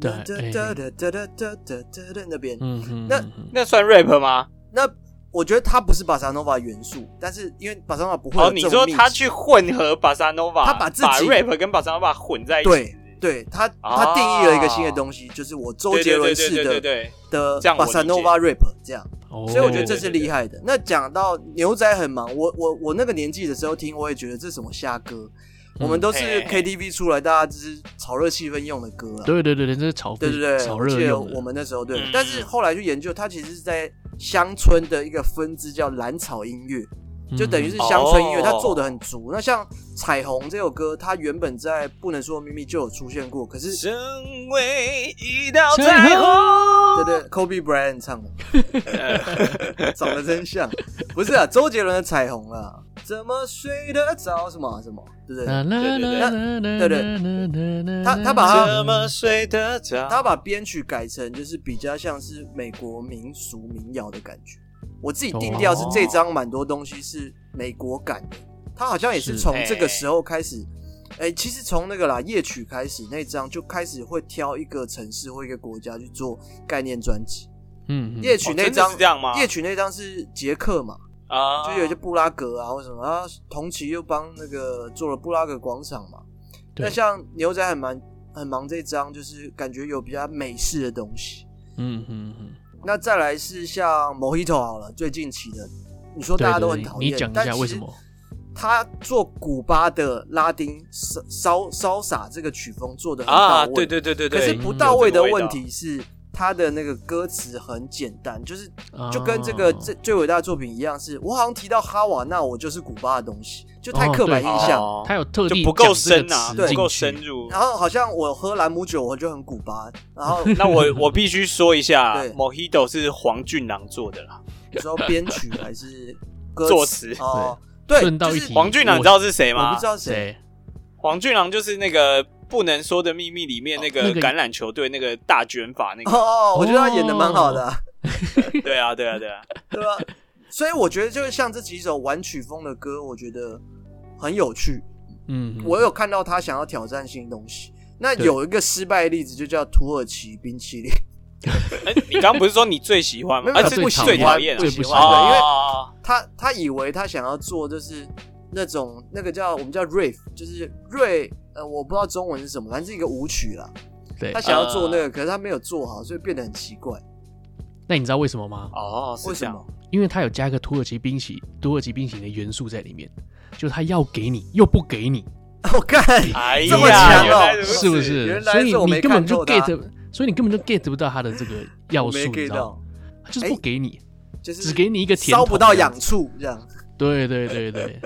对哒哒哒哒哒哒哒哒哒哒那边，嗯哼，那嗯哼那算 rap 吗？那我觉得它不是巴萨诺瓦元素，但是因为巴萨诺瓦不会哦，有你这说种 mix 他去混合巴萨 nova，他把自己把 rap 跟巴萨 nova 混在一起，对对他他啊定义了一个新的东西，就是我周对杰对伦对式啊对对对的对，的这样我 bossa 理解 nova rap 这样，哦所以我觉得这对是厉害的。那讲到牛仔很忙，我我我那个年纪的时候听，我也觉得这是什么瞎歌，我们都是嗯嘿 KTV 出来，大家就是炒热气氛用的歌啊。对对对对，这是炒对对对，炒我热记得用的我们那时候对嗯，但是后来去研究，它其实是在乡村的一个分支叫蓝草音乐，嗯就等于是乡村音乐，嗯哦它做的很足。那像《彩虹》这首歌，它原本在《不能说的秘密》就有出现过，可是身为一道彩彩虹，呃对对，Kobe Bryant 唱的， 长得真像。不是啊，周杰伦的《彩虹》啊，怎么睡得着？什么啊什么？对不嗯对？对对他他把它怎么睡得着？啊他把编曲改成就是比较像是美国民俗民谣的感觉。我自己定调是哦这张蛮多东西是美国感的，他好像也是从是这个时候开始。哎、其实从那个啦夜曲开始那张就开始会挑一个城市或一个国家去做概念专辑。嗯夜曲那哦真的张、是这样吗夜曲那张是捷克嘛，啊，就有些布拉格啊或什么，然后同期又帮那个做了布拉格广场嘛。对那像牛仔很忙很忙这张，就是感觉有比较美式的东西。嗯嗯嗯，那再来是像 Mojito 好了，最近期的，你说大家都很讨你厌，讲一但下其为实什么？他做古巴的拉丁骚骚骚洒这个曲风做的很到啊，位？对对对对可对，嗯是有不这到个位的味问道题是，他的那个歌词很简单，就是啊就跟这个最最伟大的作品一样，是我好像提到哈瓦那，我就是古巴的东西，就太哦刻板对印象。哦他有特就地不够深啊，对，对不够深入。然后好像我喝兰姆酒，我就很古巴。然后那我我必须说一下 对，Mojito 是黄俊郎做的啦。你说编曲还是歌作词词哦？对，顺道就一是提黄俊郎我你知道是谁我吗不知？道谁，谁？黄俊郎就是那个《不能说的秘密》里面那哦那个个橄榄球队那个大卷发那个。哦，我觉得他演的蛮好哦的啊、对啊，对啊，对啊。 对吧？所以我觉得就是像这几首玩曲风的歌，我觉得很有趣。嗯，我有看到他想要挑战新东西。那对有一个失败的例子，就叫土耳其冰淇淋。哎，你刚不是说你最喜欢吗？没有啊这不是喜欢最讨厌啊，最不喜欢哦对因为哦他他以为他想要做就是那种那个叫我们叫 rave，就是瑞呃，我不知道中文是什么，反正是一个舞曲啦。对呃他，想要做那个，可是他没有做好，所以变得很奇怪。那你知道为什么吗？哦，为是这什样么？？ 因为它有加一个土耳其冰淇土耳其冰淇淋的元素在里面，就是它要给你又不给你，我干，啊哎呀，这么强哦原来如此是不是？原来所以是我没你根本就看透 get，所以你根本就 get 不到它的这个要我素，没你知 get 道吗到？，它就是不给你，就是只给你一个甜烧不到痒头处这样。这样子。对对 对对，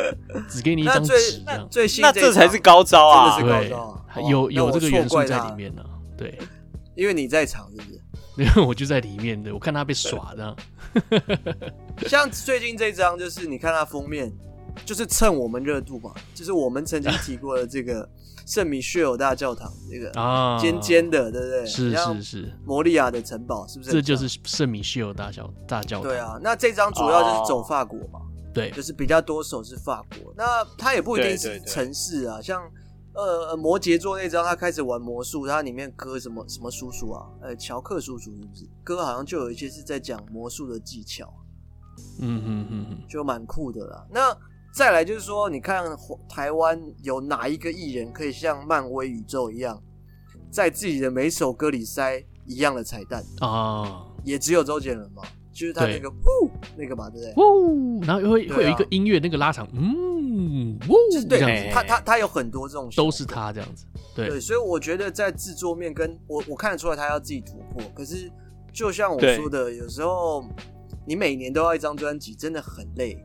只给你一那张最纸这那样。最新那这这一才张是高招啊！真的对是高招啊，有哦那有我这个元素错怪在他里面呢。对， 因为你在场，是不是？然后我就在里面，对我看他被耍这样。像最近这张，就是你看它封面，就是蹭我们热度嘛，就是我们曾经提过的这个圣米歇尔大教堂，这个 啊，尖尖，的，对不对？是像是是，摩利亚的城堡，是不是？这就是圣米歇尔大教大教堂。啊对，啊。那这张主要就是走法国哦嘛，对就是比较多首是法国。那它也不一定对是对对城市啊，像。呃，摩羯座那张，他开始玩魔术，它里面歌什么什么叔叔啊，呃，乔克叔叔是不是？歌好像就有一些是在讲魔术的技巧。嗯嗯嗯嗯，就蛮酷的啦。那再来就是说，你看台湾有哪一个艺人可以像漫威宇宙一样，在自己的每首歌里塞一样的彩蛋？啊，也只有周杰伦嘛，就是他那个呜那个嘛，对不对？呜，哦然后会对啊会有一个音乐那个拉长，嗯，呜就是，这对样子他他他有很多这种，都是。他这样子。对，对，所以我觉得在制作面跟我我看得出来他要自己突破，可是就像我对说的，有时候你每年都要一张专辑，真的很累。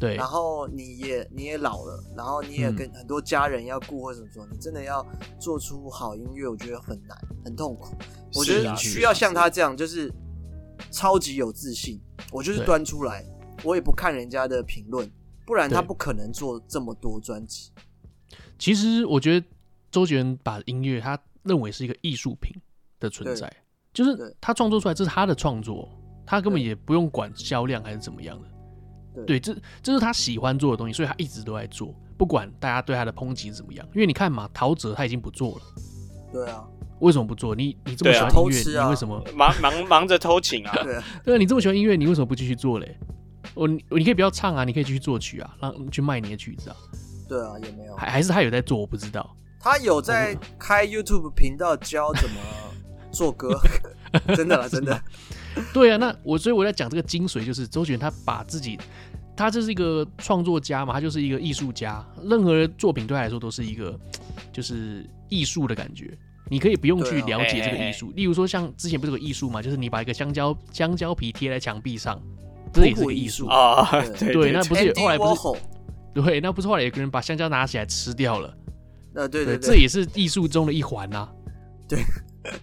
对嗯然，后你也你也老了，然后你也跟很多家人要顾或什么什么，你真的要做出好音乐，我觉得很难，很痛苦。我觉是得啊需要像他这样，就是超级有自信，我就是对端出来，我也不看人家的评论，不然他对不可能做这么多专辑。其实我觉得周杰伦把音乐他认为是一个艺术品的存在，就是对他创作出来这是他的创作，他根本对也不用管销量还是怎么样的。对，对这这是他喜欢做的东西，所以他一直都在做，不管大家对他的抨击怎么样。因为你看嘛，陶喆他已经不做了，对啊，为什么不做？你你这么喜欢对啊音偷吃乐，啊你为什么？忙忙忙着偷情啊，对啊，对啊，你这么喜欢音乐，你为什么不继续做嘞？我你你可以不要唱啊，你可以继续作曲啊，让去卖你的曲子啊。对啊，也没有。还还是他有在做，我不知道。他有在开 YouTube 频道教怎么做 歌，真的啦，真的。对啊，那我所以我在讲这个精髓，就是周杰伦他把自己，他就是一个创作家嘛，他就是一个艺术家，任何的作品对他来说都是一个就是艺术的感觉。你可以不用去对了啊解这个艺术，例如说像之前不是有个艺术嘛，就是你把一个香蕉香蕉皮贴在墙壁上，这也是普个普艺艺术术啊。啊，对 对对，对，那不是有后来 Andy 不是 Warhol， 对，那不是后来有个人把香蕉拿起来吃掉了，呃，对对，对这对，也是艺术中的一环呐、对，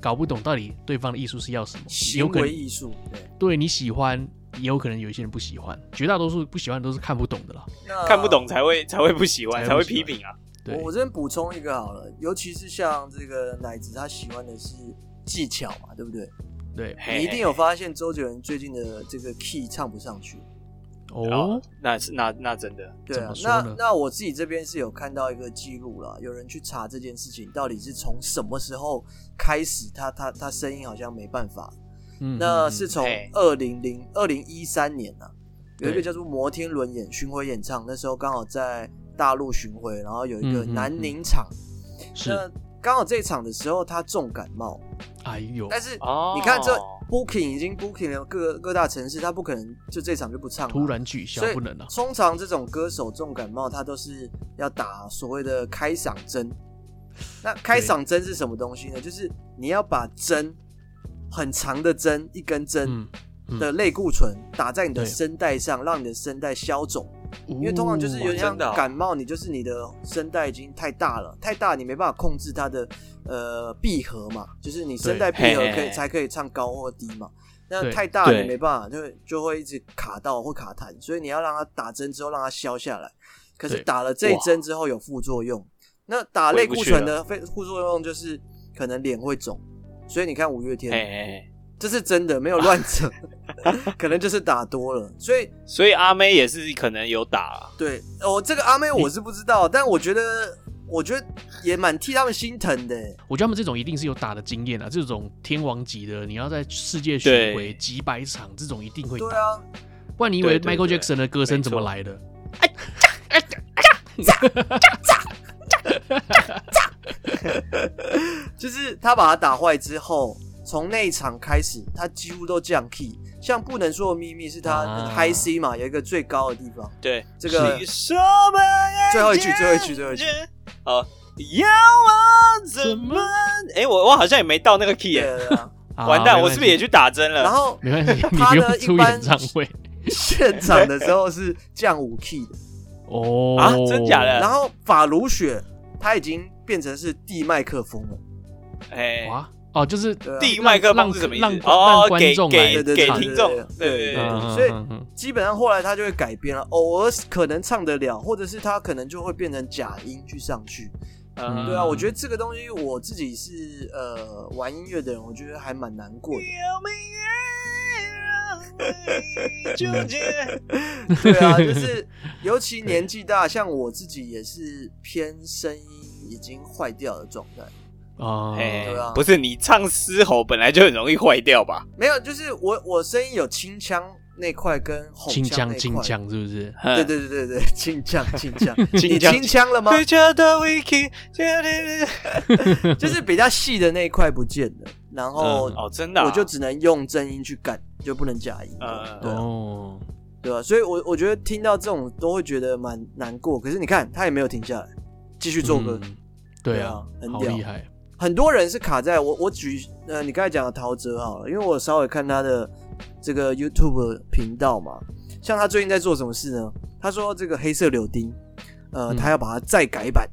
搞不懂到底对方的艺术是要什么，有行可能为艺术。对，对你喜欢，也有可能有一些人不喜欢，绝大多数不喜欢都是看不懂的啦。那看不懂才会才会不喜欢，才才会会不喜批欢评啊。对我，我这边补充一个好了，尤其是像这个奶子，他喜欢的是技巧嘛，对不对？对，嘿你一定有发现周杰伦最近的这个 key 唱不上去。哦，那是那那真的，对怎啊么，说呢那那我自己这边是有看到一个记录啦，有人去查这件事情到底是从什么时候开始他，他他声音好像没办法，嗯，那嗯是从哎二零零二零一三年啊，有一个对叫做摩天轮演巡回演唱，那时候刚好在大陆巡回，然后有一个嗯嗯嗯南宁场，嗯是，那刚好这一场的时候他重感冒，哎呦，但是哦你看这 booking 已经 booking 了各各大城市，他不可能就这场就不唱了，突然取消所以不能啊，通常这种歌手重感冒，他都是要打所谓的开嗓针。那开嗓针是什么东西呢？就是你要把针很长的针，一根针嗯，嗯的类固醇打在你的对声带上，让你的声带消肿。因因为通常就是有点像真的哦感冒，你就是你的声带已经太大了，太大你没办法控制它的呃闭合嘛，就是你声带闭合对嘿可嘿以嘿才可以唱高或低嘛。那对太大对你没办法，就会就会一直卡到或卡痰，所以你要让它打针之后让它消下来。可是对打了这一针之后有副作用，那打类固醇的非副作用就是可能脸会肿，所以你看五月哎天，哎，哎这是真的没有乱扯， 可能就是打多了，所以所以阿妹也是可能有打啊，对，哦，这个阿妹我是不知道，但我觉得，我觉得也蛮替他们心疼的。欸我觉得他们这种一定是有打的经验啊，这种天王级的，你要在世界巡对回几百场，这种一定会对打，啊，不然你以对为对 Michael 对 Jackson 的歌声没怎么错来的？就是他把他打坏之后，从那一场开始，他几乎都降 key。像不能说的秘密是他啊 high C 嘛，有一个最高的地方。对，这个你什么眼睛最后一句最后一句最后一句，好，要我怎么？哎，我我好像也没到那个 key 嗯对耶，啊，啊完蛋，没我关是不是也系去打针了？然后没关系，你他不呢用一出般演唱会现场的时候是降五 key 的。哦啊真假的然后法如雪，他已经变成是地麦克风了。哎，哇哦，就是对啊递麦克风是什么意让思？让让哦，观给众来给对对给对听众对，对对对对对。嗯所以嗯嗯基本上后来他就会改编了，偶尔可能唱得了，或者是他可能就会变成假音去上去。嗯对啊，我觉得这个东西我自己是呃玩音乐的人，我觉得还蛮难过 的。纠结，嗯对啊， 就是尤其年纪大，像我自己也是偏声音已经坏掉的状态。啊，哎对啊，不是你唱嘶吼本来就很容易坏掉吧？没有，就是我我声音有清腔那块跟吼清腔腔那清块。腔是不是？对对对对对，清腔清腔，你嗯 清腔清腔了吗？回家的 Wiki，家的 就是比较细的那一块不见了，然后嗯哦，真的啊，我就只能用真音去干，就不能假音。呃对啊，哦，对啊，所以我我觉得听到这种都会觉得蛮难过。可是你看，他也没有停下来，继续做歌。嗯对啊，对啊很好屌厉害，很多人是卡在我我举呃，你刚才讲的陶喆好了，因为我稍微看他的这个 YouTube 频道嘛，像他最近在做什么事呢？他说这个黑色柳丁，呃，嗯他要把它再改版，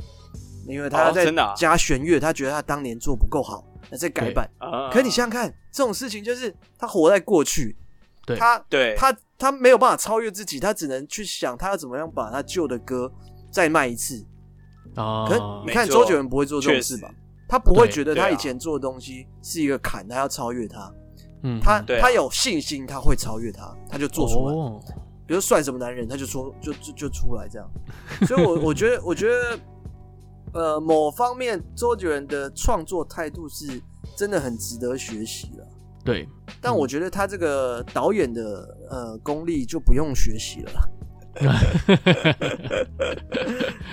因为他哦要再真的啊加弦乐，他觉得他当年做不够好，那再改对版。啊可你想想看，这种事情就是他活在过去，对他对他他没有办法超越自己，他只能去想他要怎么样把他旧的歌再卖一次。可是啊你，看没错周杰伦不会做这种确事实吧？他不会对觉得对啊他以前做的东西是一个坎，他要超越他。嗯他对啊他有信心他会超越他，他就做出来。哦，比如算什么男人，他就出就就就出来这样。所以我，我觉得，我觉得，呃某方面周杰伦的创作态度是真的很值得学习啊了。对，但嗯我觉得他这个导演的呃功力就不用学习了啦。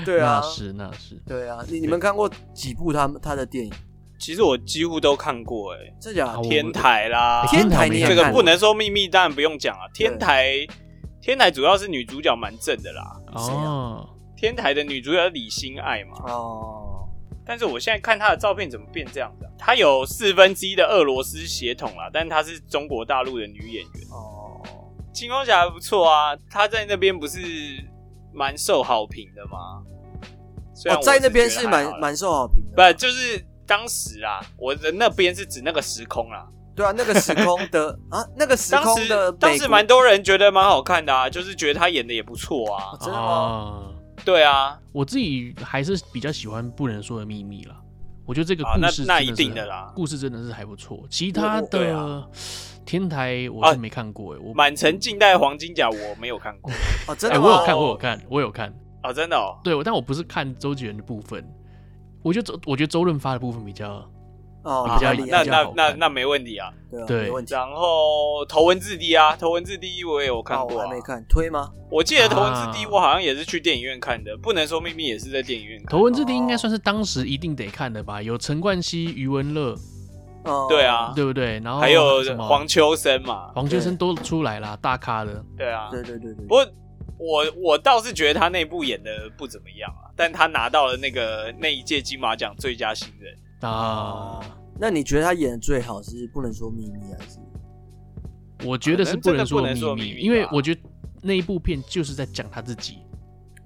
对啊那，是那是，对啊，你你们看过几部他们他的电影？其实我几乎都看过、欸，哎，真假的啊好我？天台啦，哦天台你也这看个过不能说秘密，当然不用讲啊。天台，天台主要是女主角蛮正的啦，谁啊哦，天台的女主角李心爱嘛。哦，但是我现在看她的照片怎么变这样子、啊？她有四分之一的俄罗斯血统啦，但她是中国大陆的女演员。哦，金光侠还不错啊，她在那边不是蛮受好评的吗？虽然哦啊我在那边觉是得还好欸蛮啦蛮受好评的，不就是当时啦，我的那边是指那个时空啦。对啊，那个时空的啊，那个时当空时的当美时国蛮多人觉得蛮好看的啊，就是觉得他演的也不错啊哦。真的吗？哦，对啊，我自己还是比较喜欢《不能说的秘密》啦。我觉得这个啊故那事那真一是定的啦故事真的是还不错。其他我对的啊天台我是没看过哎，我满城尽带黄金甲我没有看过哦，真哎的我吗有？看，我有看，我有看。啊，真的哦。对，我但我不是看周杰伦的部分，我觉得周我觉得周润发的部分比较哦，啊比较啊厉那害，那好看那那没问题啊。对啊，对没问题。然后头文字 D 啊，头文字 D 我也有看哦，过我啊还。没看，推吗？我记得头文字 D 啊我好像也是去电影院看的，不能说秘密也是在电影院看。头文字 D 应该算是当时一定得看的吧，有陈冠希、余文乐，哦，对啊对不对？然后还有什么黄秋生嘛，黄秋生都出来啦，大咖的。对啊。对对对对，不过我我倒是觉得他那部演的不怎么样啊，但他拿到了那个那一届金马奖最佳新人。啊，哦那你觉得他演的最好是不能说秘密还是？我觉得是可能真的能说不能说秘秘密因为吧我觉得那一部片就是在讲他自己。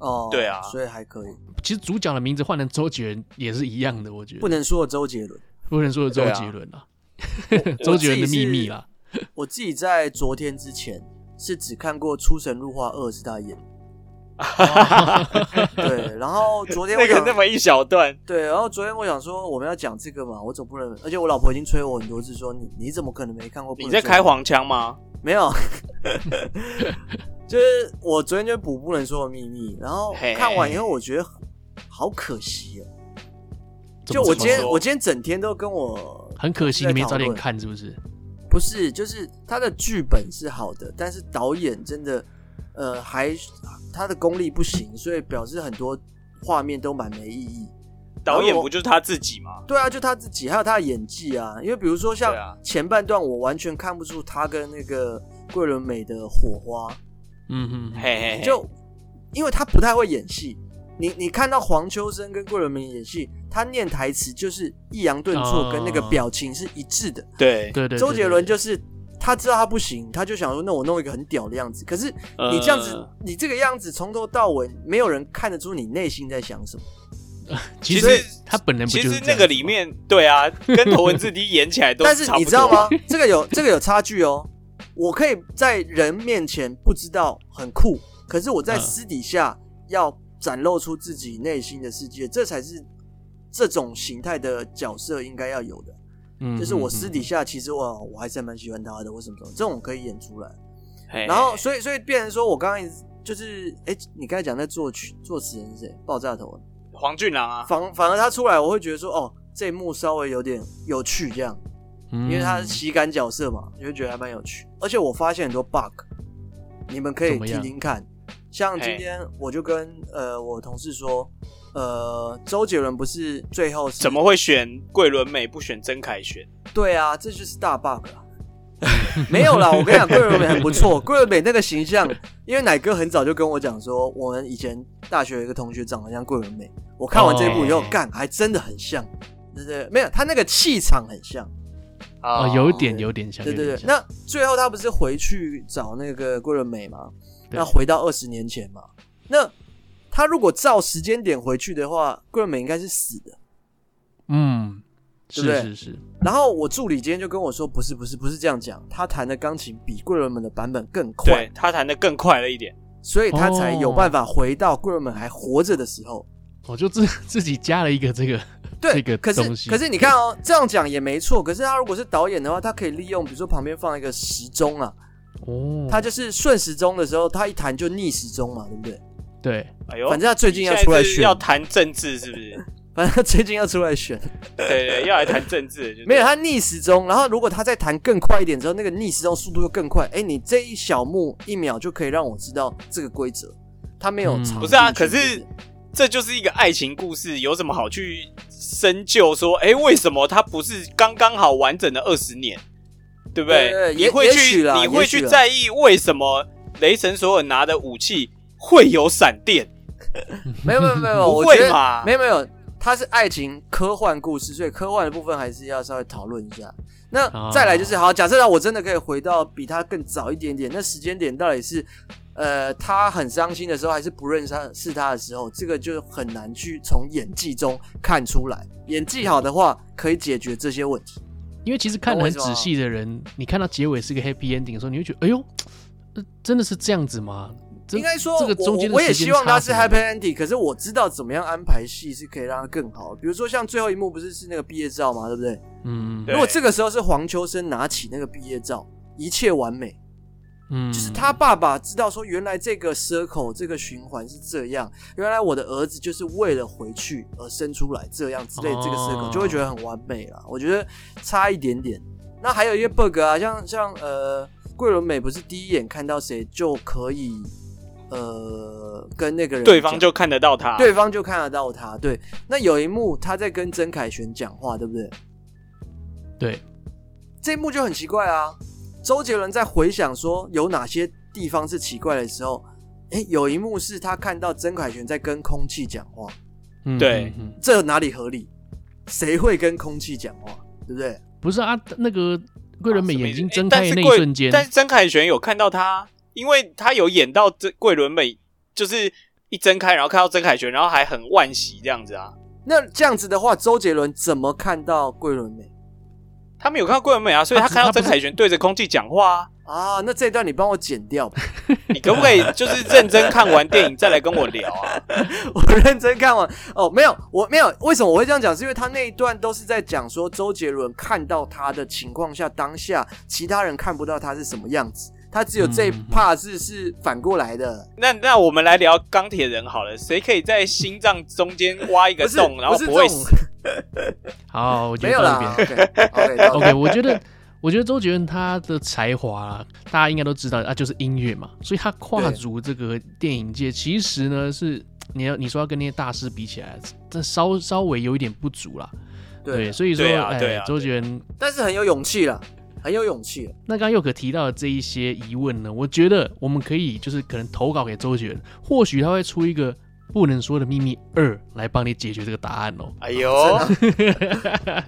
哦，对啊所以还可以，其实主角的名字换成周杰伦也是一样的，我觉得不能说周杰伦。不能说是周对啊杰伦啦，啊我 周杰伦的秘密。啦。我自己是我自己在昨天之前是只看过《出神入化二》是他演的，对。然后昨天我那个想那么一小段，对，然后昨天我想说我们要讲这个嘛，我总不能，而且我老婆已经催我很多次说你你怎么可能没看过？你在开？黄腔吗？没有，就是我昨天就补《不能说的秘密》，然后嘿看完以后我觉得好可惜哦。怎就么我说今天说我今天整天都跟我很可惜，在你没讨早点论看，是不是？不是，就是他的剧本是好的，但是导演真的，呃，还他的功力不行，所以表示很多画面都蛮没意义。导演不就是他自己吗？对啊，就他自己还有他的演技啊，因为比如说像对啊前半段，我完全看不出他跟那个桂纶镁的哎火花，嗯哼哼，嘿嘿嘿，就因为他不太会演戏。你你看到黄秋生跟桂纶镁演戏，他念台词就是抑扬顿挫，跟那个哦表情是一致的。对对对对，周杰伦对就是他知道他不行，他就想说，那我弄一个很屌的样子。可是你这样子，呃你这个样子从头到尾，没有人看得出你内心在想什么。其其实实他本人不其就是实这那样个子里吗面，对啊，跟头文字 D 演起来都但是差不你多知道吗？？这个有这个有差距哦。我可以在人面前不知道很酷，可是我在嗯私底下要展露出自己内心的世界，这才是这种形态的角色应该要有的。嗯就是我哼私哼底下其实我我还是蛮喜欢他的，为什么？这种可以演出来。哎嘿嘿然后，所以，所以变成说我刚刚一直就是，哎、你刚才讲那作曲作词人是谁？爆炸头。黄俊郎啊，反反而他出来，我会觉得说，哦，这一幕稍微有点有趣，这样，因为他是嗯喜感角色嘛，你会觉得还蛮有趣。而且我发现很多 bug，你们可以怎么样听听看。像今天我就跟呃我同事说，呃，周杰伦不是最后是怎么会选桂纶镁不选曾凯旋？对啊，这就是大 bug 啦。 没有啦，我跟你讲，桂纶镁很不错。桂纶镁那个形象，因为奶哥很早就跟我讲说，我们以前大学有一个同学长得像桂纶镁。我看完这一部以后哦，干、还真的很像，对对对没有他那个气场很像，啊哦，有一点有点像，对有对点对。像那最后他不是回去找那个桂纶镁嘛？对那回到二十年前嘛？那他如果照时间点回去的话，桂纶镁应该是死的。嗯，对不对是是是，然后我助理今天就跟我说，不是不是不是这样讲，他弹的钢琴比桂纶镁的版本更快对，他弹的更快了一点。所以他才有哦办法回到贵人们还活着的时候。我哦就自 自己加了一个这个，对，这个可东是西可是你看哦，这样讲也没错。可是他如果是导演的话，他可以利用，比如说旁边放一个时钟啊，嗯哦，他就是顺时钟的时候，他一弹就逆时钟嘛，对不对？对哎呦，反正他最近你现要在出来是选，要谈政治是不是？反正他最近要出来选，对对，要来谈政治的就对没有他逆时钟，然后如果他再弹更快一点之后，那个逆时钟速度又更快，哎，你这一小幕一秒就可以让我知道这个规则，他没有嗯长、不是啊，可是这就是一个爱情故事，有什么好去深究说，哎、为什么它不是刚刚好完整的二十年，对不对？对对对你也会也许去，啦你会也去许啦在意为什么雷神索尔拿的武器会有闪电？ 没有没有没有没有，不我会觉嘛得没有没有，它是爱情科幻故事，所以科幻的部分还是要稍微讨论一下。那哦再来就是，好，假设啊，我真的可以回到比他更早一点点，那时间点到底是，呃，他很伤心的时候，还是不认识他是他的时候，这个就很难去从演技中看出来。演技好的话，可以解决这些问题。因为其实看得很仔细的人，你看到结尾是个 happy ending 的时候，你会觉得，哎呦，呃真的是这样子吗？这应该说，这个中间的我我也时间希望差它是什么 happy ending，可是我知道怎么样安排戏是可以让它更好。比如说像最后一幕不是是那个毕业照嘛，对不对？嗯，对如果这个时候是黄秋生拿起那个毕业照，一切完美，嗯，就是他爸爸知道说，原来这个 circle 这个循环是这样，原来我的儿子就是为了回去而生出来这样之类，哦这个 circle 就会觉得很完美了。我觉得差一点点。那还有一个 bug 啊，像像呃，桂纶镁不是第一眼看到谁就可以呃跟那个人对方讲就看得到他。啊对方就看得到他。对，那有一幕他在跟曾凯旋讲话，对不对？对，这一幕就很奇怪啊。周杰伦在回想说有哪些地方是奇怪的时候，诶，有一幕是他看到曾凯旋在跟空气讲话，嗯对，嗯嗯这哪里合理？谁会跟空气讲话，对不对？不是啊，那个桂纶镁眼睛睁啊开什的么意思诶但是桂那一瞬间，但是曾凯旋有看到他，因为他有演到这桂纶镁，就是一睁开，然后看到曾凯旋，然后还很惋惜这样子啊。那这样子的话，周杰伦怎么看到桂纶镁他没有看到桂纶镁啊，所以他他只看到他不曾是凯旋对着空气讲话啊。啊？那这段你帮我剪掉吧，你 可不可以就是认真看完电影再来跟我聊啊？ 我认真看完哦。没有，我没有。为什么我会这样讲？是因为他那一段都是在讲说周杰伦看到他的情况下，当下其他人看不到他是什么样子，他只有这一嗯 part 是是反过来的。那那我们来聊钢铁人好了，谁可以在心脏中间挖一个不是洞，啊然后不是不会这种死？好，我觉 没得有到这啦边。。 OK，OK，到 这 OK，我觉得，我觉得周杰伦他的才华、啊，大家应该都知道啊，就是音乐嘛，所以他跨对足这个电影界，其实呢是你要你说要跟那些大师比起来，这稍稍微有一点不足啦。对，所以说，对啊哎，对啊周杰伦但是很有勇气了，很有勇气了。那刚刚又可提到的这一些疑问呢，我觉得我们可以就是可能投稿给周杰伦，或许他会出一个不能说的秘密二来帮你解决这个答案哦。哎呦，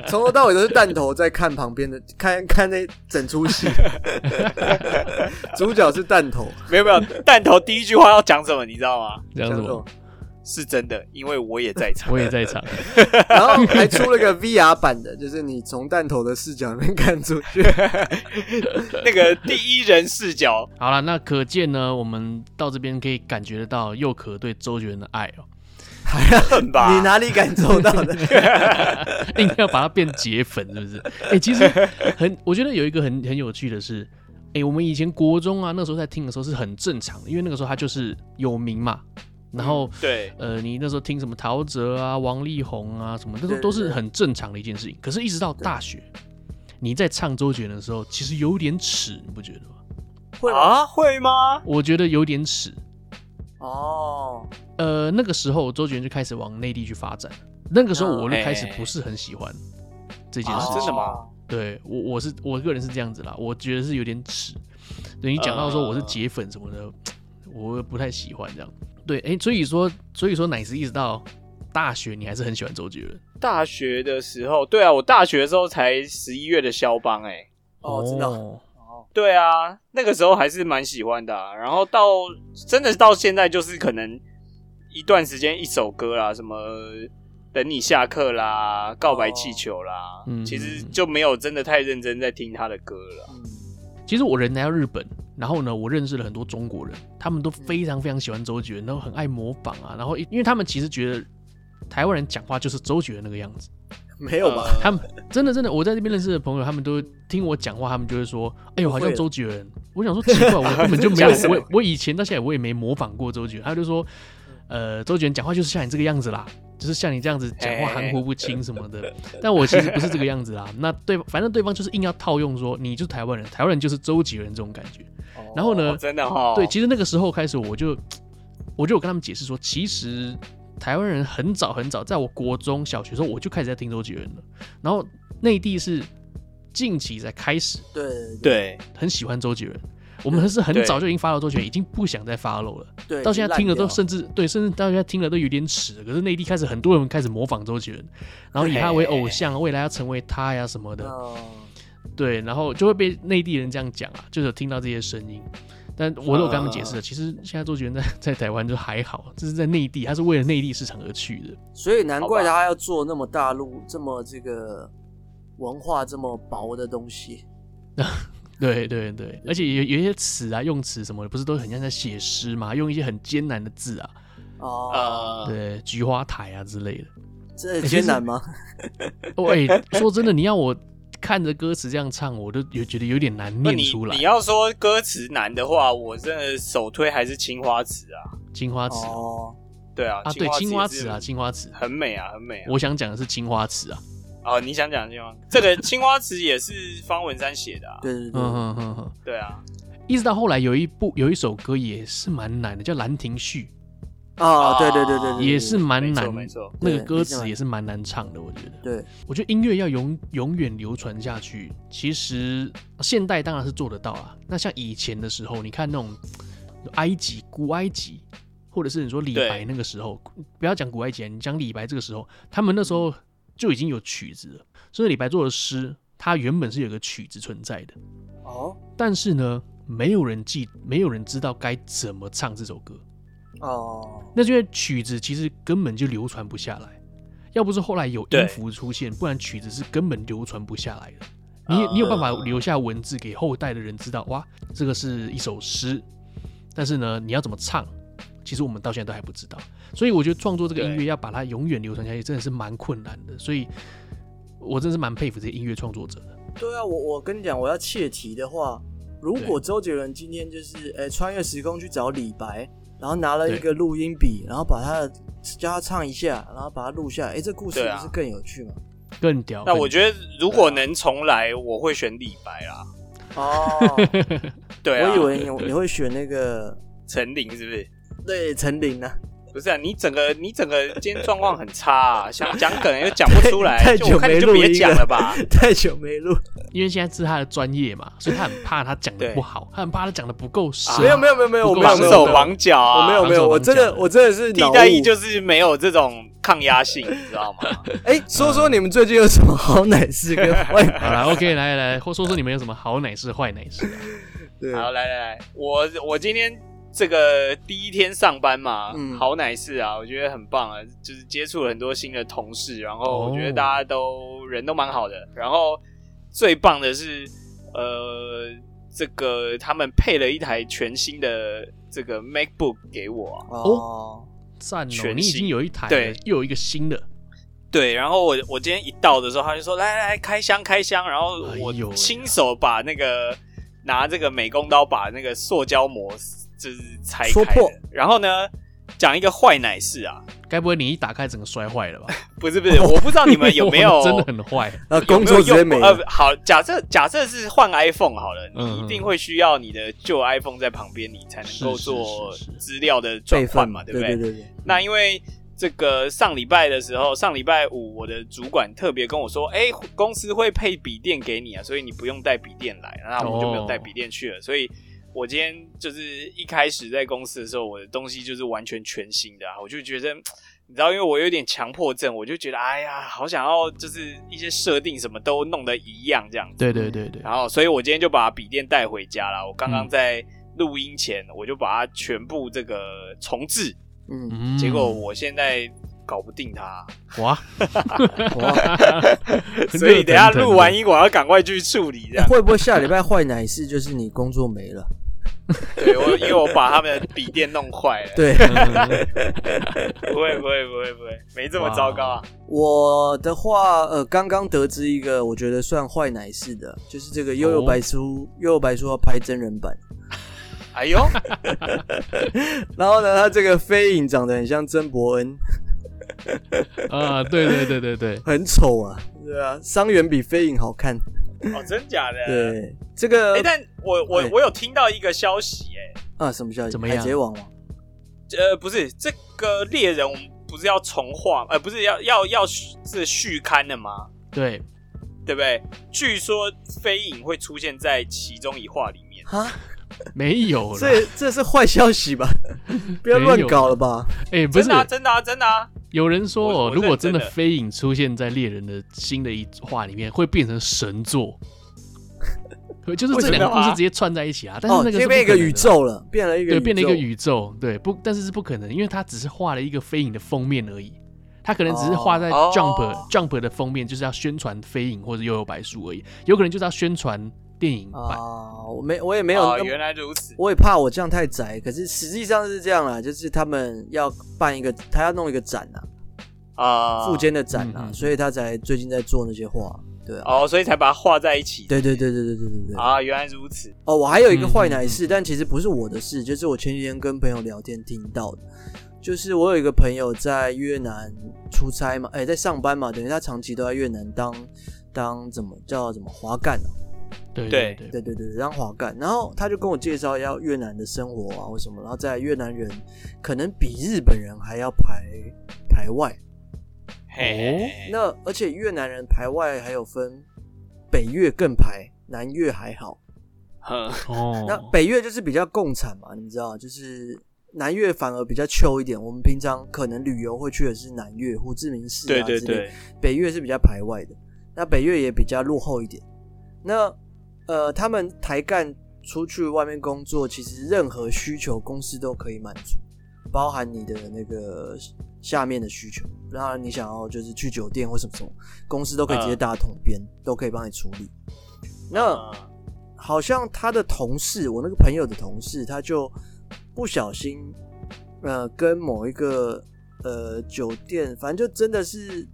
从头到尾都是弹头在看旁边的，看看那整出戏。主角是弹头，没有没有，弹头第一句话要讲什么，你知道吗？这样这子哦样说？吗 是真的，因为我也在场我。也在场， 然后还出了个 VR 版的，就是你从弹头的视角能看出 去。那个第一人视角，好了，那可见呢，我们到这边可以感觉得到佑可对周杰伦的爱哦、 恨吧？你哪里感受到的？ 应该要把它变解粉，是不是？哎、其实很，我觉得有一个很很有趣的是，哎、我们以前国中啊，那时候在听的时候是很正常的，因为那个时候他就是有名嘛，然后。对，呃，你那时候听什么陶喆啊、王力宏啊什么，那时候对都是对很正常的一件事情。可是，一直到大学，你在唱周杰伦的时候，其实有点耻，你不觉得吗？会吗？啊，会吗？我觉得有点耻。哦，呃，那个时候周杰伦就开始往内地去发展，那个时候嗯我就开始哎不是很喜欢这件啊事情。真的哦吗？对我我是我个人是这样子啦，我觉得是有点耻。对你讲到说我嗯是铁粉什么的，我不太喜欢这样。对，哎、所以说所以说奶子一直到大学，你还是很喜欢周杰伦。大学的时候，对啊，我大学的时候才十一月的肖邦、哎，哦，知道。对啊，那个时候还是蛮喜欢的啊、然后到真的到现在，就是可能一段时间一首歌啦，什么等你下课啦、告白气球啦，嗯其实就没有真的太认真在听他的歌了。嗯其实我人来到日本，然后呢，我认识了很多中国人，他们都非常非常喜欢周杰伦，然后很爱模仿啊，然后因为他们其实觉得台湾人讲话就是周杰伦那个样子。没有吧？他们真的真的，我在这边认识的朋友，他们都听我讲话，他们就会说：“哎呦，好像周杰伦。”我想说奇怪，我根本就没真有的假，的我我以前到现在我也没模仿过周杰伦。他就说：“呃，周杰伦讲话就是像你这个样子啦，就是像你这样子讲话嘿含糊不清什么的。但我其实不是这个样子啦。那对，反正对方就是硬要套用说你就是台湾人，台湾人就是周杰伦这种感觉。 然后呢哦真的哈，对，其实那个时候开始，我就我就有跟他们解释说，其实台湾人很早很早，在我国中小学的时候我就开始在听周杰伦了，然后内地是近期才开始对呃对很喜欢周杰伦。我们是很对早就已经发了周杰伦，已经不想再发 w 了。对，到现在听了都烂掉甚至对，甚至到现在听了都有点耻了。可是内地开始很多人开始模仿周杰伦，然后以他为偶像，未来要成为他呀什么的。哦对，然后就会被内地人这样讲啊，就是有听到这些声音。但我都有跟他们解释啊了，其实现在周杰伦在 在台湾就还好，这是在内地，他是为了内地市场而去的。所以难怪好吧他要做那么大陆这么这个文化这么薄的东西。对对对，而且有有一些词啊、用词什么的，不是都很像在写诗嘛，用一些很艰难的字啊，哦，呃，对，菊花台啊之类的。这很艰难吗？哦，哎、说真的，你要我看着歌词这样唱，我都有觉得有点难那念你出来你。要说歌词难的话，我真的首推还是青花瓷啊，青花瓷啊，哦，对啊，啊对，青花瓷啊，也是青花瓷。很美啊，很美啊。我想讲的是青花瓷啊，哦，你想讲青花，这个青花瓷也是方文山写的啊，对对对，嗯哼哼哼。对啊，一直到后来有一部有一首歌也是蛮难的，叫《兰亭序啊，对对对对》，对，也是蛮没难，错没错那个对歌没错词也是蛮难唱的。我觉得，对我觉得音乐要永永远流传下去，其实现代当然是做得到啊。那像以前的时候，你看那种埃及、古埃及，或者是你说李白对那个时候，不要讲古埃及啊，你讲李白这个时候，他们那时候就已经有曲子了，所以李白做的诗，它原本是有一个曲子存在的。哦但是呢，没有人记，没有人知道该怎么唱这首歌。哦，那这些曲子其实根本就流传不下来，要不是后来有对音符出现，不然曲子是根本流传不下来的。你你有办法嗯留下文字给后代的人知道，哇，这个是一首诗，但是呢，你要怎么唱，其实我们到现在都还不知道。所以我觉得创作这个音乐对要把它永远流传下去，真的是蛮困难的。所以我真是蛮佩服这些音乐创作者的。对啊，我我跟你讲，我要切题的话，如果周杰伦今天就是诶穿越时空去找李白，然后拿了一个录音笔，然后把他的叫他唱一下，然后把它录下来，诶，这故事对啊不是更有趣吗？更屌，那更我觉得如果能重来，我会选李白啦。 哦，对啊，我以为你你会选那 个陈琳是不是？对陈琳呢、不是啊，你整个你整个今天状况很差、啊，想讲梗又讲不出来， 太太就久我看你没就录别音讲了了吧。太久没录，因为现在是他的专业嘛，所以他很怕他讲的对啊不好，他很怕他讲的不够深。没有没有没有没有，啊不我够没有绑没有手没有绑脚啊，我没有没有，我真的我真的是替脑雾代役就是没有这种抗压性，你知道吗？哎、说说你们最近有什么好奶事跟坏 奶？好了，OK，来来，或说说你们有什么好奶事、坏奶事啊？对，好，来来来，我我今天这个第一天上班嘛，嗯好奶事啊，我觉得很棒啊，就是接触了很多新的同事，然后我觉得哦大家都、人都蛮好的，然后最棒的是，呃，这个他们配了一台全新的这个 MacBook 给我、啊，哦，赞哦，全你已经新有一台对了，又有一个新的，对，然后我我今天一到的时候，他就说来来来开箱开箱，然后哎呦我喂亲手把那个拿这个美工刀把那个塑胶膜就是拆戳开破的，然后呢讲一个坏奶事啊，该不会你一打开整个摔坏了吧？不是不是，我不知道你们 有没有真的很坏？然后有工没作有直接用没过了呃，好，假设假设是换 iPhone 好了，嗯你一定会需要你的旧 iPhone 在旁边，你才能够是是做是是资料的呃转备份换嘛，对不对对对，那因为这个上礼拜的时候，上礼拜五我的主管特别跟我说，哎、公司会配笔电给你啊，所以你不用带笔电来。那我就没有带笔电去了，所以我今天就是一开始在公司的时候，我的东西就是完全全新的、啊，我就觉得。你知道，因为我有点强迫症，我就觉得，哎呀，好想要就是一些设定什么都弄得一样这样子。对对对对，然后，所以我今天就把笔电带回家了。我刚刚嗯在录音前，我就把它全部这个重置，嗯，嗯结果我现在搞不定 它，哇， 嗯所以等一下录完音，音，我要赶快去处理。这 样，会不会下礼拜坏奶事就是你工作没了？对我因为我把他们的笔电弄坏了。 对，嗯不会不会不会不会，没这么糟糕啊。我的话，呃，刚刚得知一个我觉得算坏奶事的，就是这个悠悠哦白书，悠悠白书要拍真人版， 哎呦，然后呢，他这个飞影长得很像曾伯恩，啊，对对对对对，很丑啊，对啊，伤员比飞影好看。哦，真假的？。对，这个哎、但我我哎我有听到一个消息、啊，什么消息？怎么海样贼王吗？哎，呃，不是这个猎人，我们不是要重画，呃，不是要要要是续刊的吗？对，对不对？据说飞影会出现在其中一话里面。啊，没有了。这这是坏消息 吧？不要乱搞了吧？哎，不真是的、，啊，真的、啊，真的、啊。有人我说我哦，如果真的认真的飞影出现在猎人的新的一话里面，会变成神作。 就是这两个故事直接串在一起啊，但是哦，那个是这变一不可个能的宇宙了，变了一个宇宙对，变了一个宇宙，对，不，但是是不可能，因为他只是画了一个飞影的封面而已，他可能只是画在哦 Jump、哦 Jump 的封面，就是要宣传飞影或者悠悠白书而已，有可能就是要宣传电影版。啊，我没我也没有哦那么原来如此。我也怕我这样太宅，可是实际上是这样啦，就是他们要办一个，他要弄一个展啊，啊，附件的展啊，嗯嗯所以他才最近在做那些画，对啊，哦，所以才把它画在一起。对对对对对对对对。啊，原来如 此。哦，我还有一个嗯坏嗯奶事，但其实不是我的事，就是我前几天跟朋友聊天听到的，就是我有一个朋友在越南出差嘛，哎、在上班嘛，等于他长期都在越南当当怎么叫怎么华干哦，对对对对对对，当华干，然后他就跟我介绍要越南的生活啊，或什么，然后在越南人可能比日本人还要排排外，嘿，那而且越南人排外还有分北越更排，南越还好。哼哦，那北越就是比较共产嘛，你知道，就是南越反而比较秋一点。我们平常可能旅游会去的是南越、胡志明市 对啊对之类对，北越是比较排外的，那北越也比较落后一点。那呃，他们台干出去外面工作，其实任何需求公司都可以满足，包含你的那个下面的需求，然后你想要就是去酒店或什么什么，公司都可以直接嗯打统编，都可以帮你处理。那、嗯好像他的同事，我那个朋友的同事，他就不小心，呃，跟某一个呃酒店，反正就真的是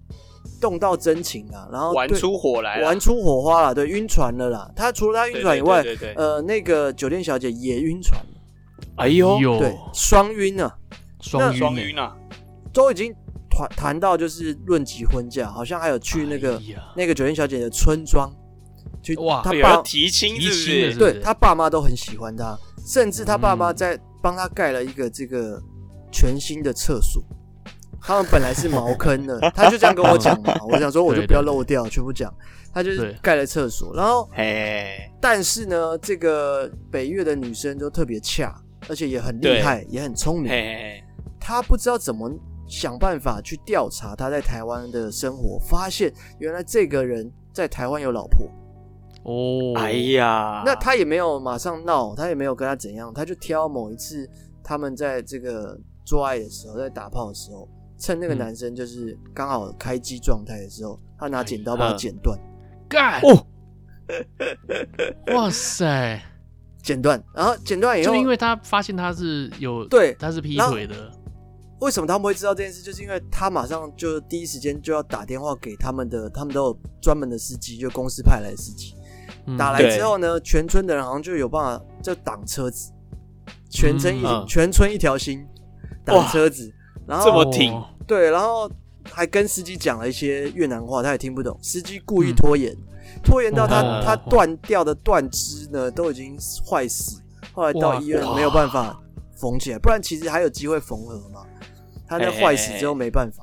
动到真情啊，然后玩对出火来了，玩出火花了，对，晕船了啦。他除了他晕船以外，对对对对对呃，那个酒店小姐也晕船了，哎呦，有对，双晕啊，双那晕双欸晕啊！都已经谈谈到就是论及婚嫁，好像还有去那个、哎呀那个酒店小姐的村庄去，哇他有爸要提亲是不提亲了是是？对不他爸妈都很喜欢他，甚至他爸妈嗯在帮他盖了一个这个全新的厕所。他们本来是茅坑的，他就这样跟我讲嘛，我想说我就不要漏掉，全部讲。他就是对盖了厕所，然后嘿，但是呢，这个北越的女生都特别恰，而且也很厉对害，也很聪嘿明。嘿，他不知道怎么想办法去调查他在台湾的生活，发现原来这个人在台湾有老婆。哦，哎呀，那他也没有马上闹，他也没有跟他怎样，他就挑某一次他们在这个做爱的时候，在打炮的时候，趁那个嗯男生就是刚好开机状态的时候，他拿剪刀哎把啊他嗯剪断，干哦， 哇塞，剪断，然后剪断以就后，是因为他发现他是有对他是劈然后腿的，为什么他们会知道这件事，就是因为他马上就第一时间就要打电话给他们的，他们都有专门的司机，就公司派来的司机，嗯打来对之后呢，全村的人好像就有办法就挡车子，全村一、嗯全村一条心挡哇车子，然后这么挺哦对，然后还跟司机讲了一些越南话，他也听不懂。司机故意拖延，拖延到他、哦他断掉的断肢呢都已经坏死，后来到哇医院没有办法缝起来，不然其实还有机会缝合嘛。他那坏死之后没办法，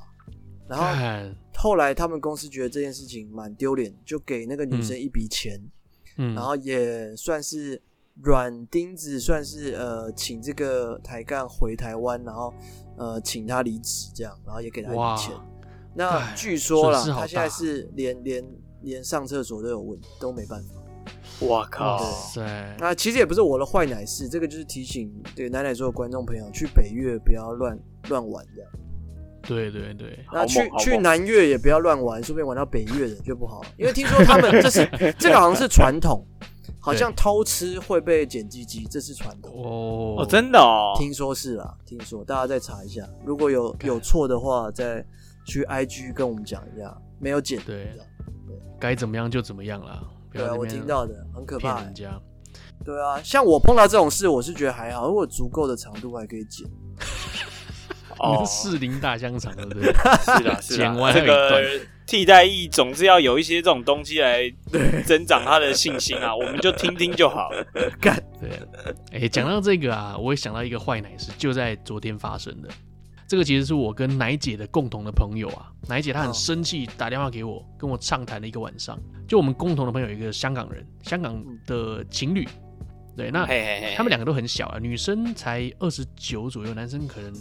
然后干后来他们公司觉得这件事情蛮丢脸，就给那个女生一笔钱，嗯，然后也算是软钉子，算是呃请这个台干回台湾，然后呃请他离职这样，然后也给他一哇笔钱。那哎据说啦，损失好他现在大是连连连上厕所都有问，都没办法。我哇靠，嗯塞，那其实也不是我的坏奶事，这个就是提醒对奶奶所有观众朋友，去北越不要乱乱玩这样。对对对，那去好猛去南越也不要乱玩，顺便玩到北越的就不好了，因为听说他们这是 这个好像是传统，好像偷吃会被剪鸡鸡，这是传统。哦哦，真的哦，听说是啦、听说大家再查一下，如果有有错的话，再去 IG 跟我们讲一下，没有剪对该怎么样就怎么样啦。不对啊，要在那我边听到的很可怕、骗人欸。家。对啊，像我碰到这种事，我是觉得还好，如果足够的长度我还可以剪。哦嗯你，是 士林大香肠，对不对？是 啦，是剪啦，完这还有一段个替代役总是要有一些这种东西来增长他的信心啊，我们就听听就 好。对，哎、讲到这个啊，我也想到一个坏奶事，就在昨天发生的。这个其实是我跟奶姐的共同的朋友啊，奶姐她哦很生气，打电话给我，跟我畅谈了一个晚上。就我们共同的朋友有一个香港人，香港的情侣，对，那嘿嘿嘿，他们两个都很小啊，女生才二十九左右，男生可能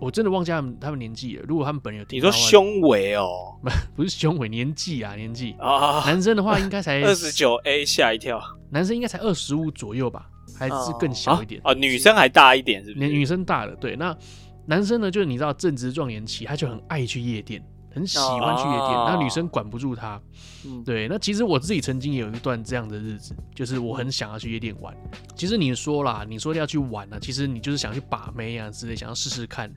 我真的忘记他们他们年纪了。如果他们本人有听你说到的话，胸围哦，不是胸围年纪啊，年纪，啊，男生的话应该才二十，九 A 吓一跳男生应该才二十五左右吧，还是更小啊一点。啊，女生还大一点是不女是？女生大了，对，那男生呢，就是你知道正值壮年期，他就很爱去夜店，很喜欢去夜店，哦那女生管不住他。嗯，对，那其实我自己曾经也有一段这样的日子，就是我很想要去夜店玩。其实你说啦，你说要去玩啊，其实你就是想去把妹啊之类，想要试试看。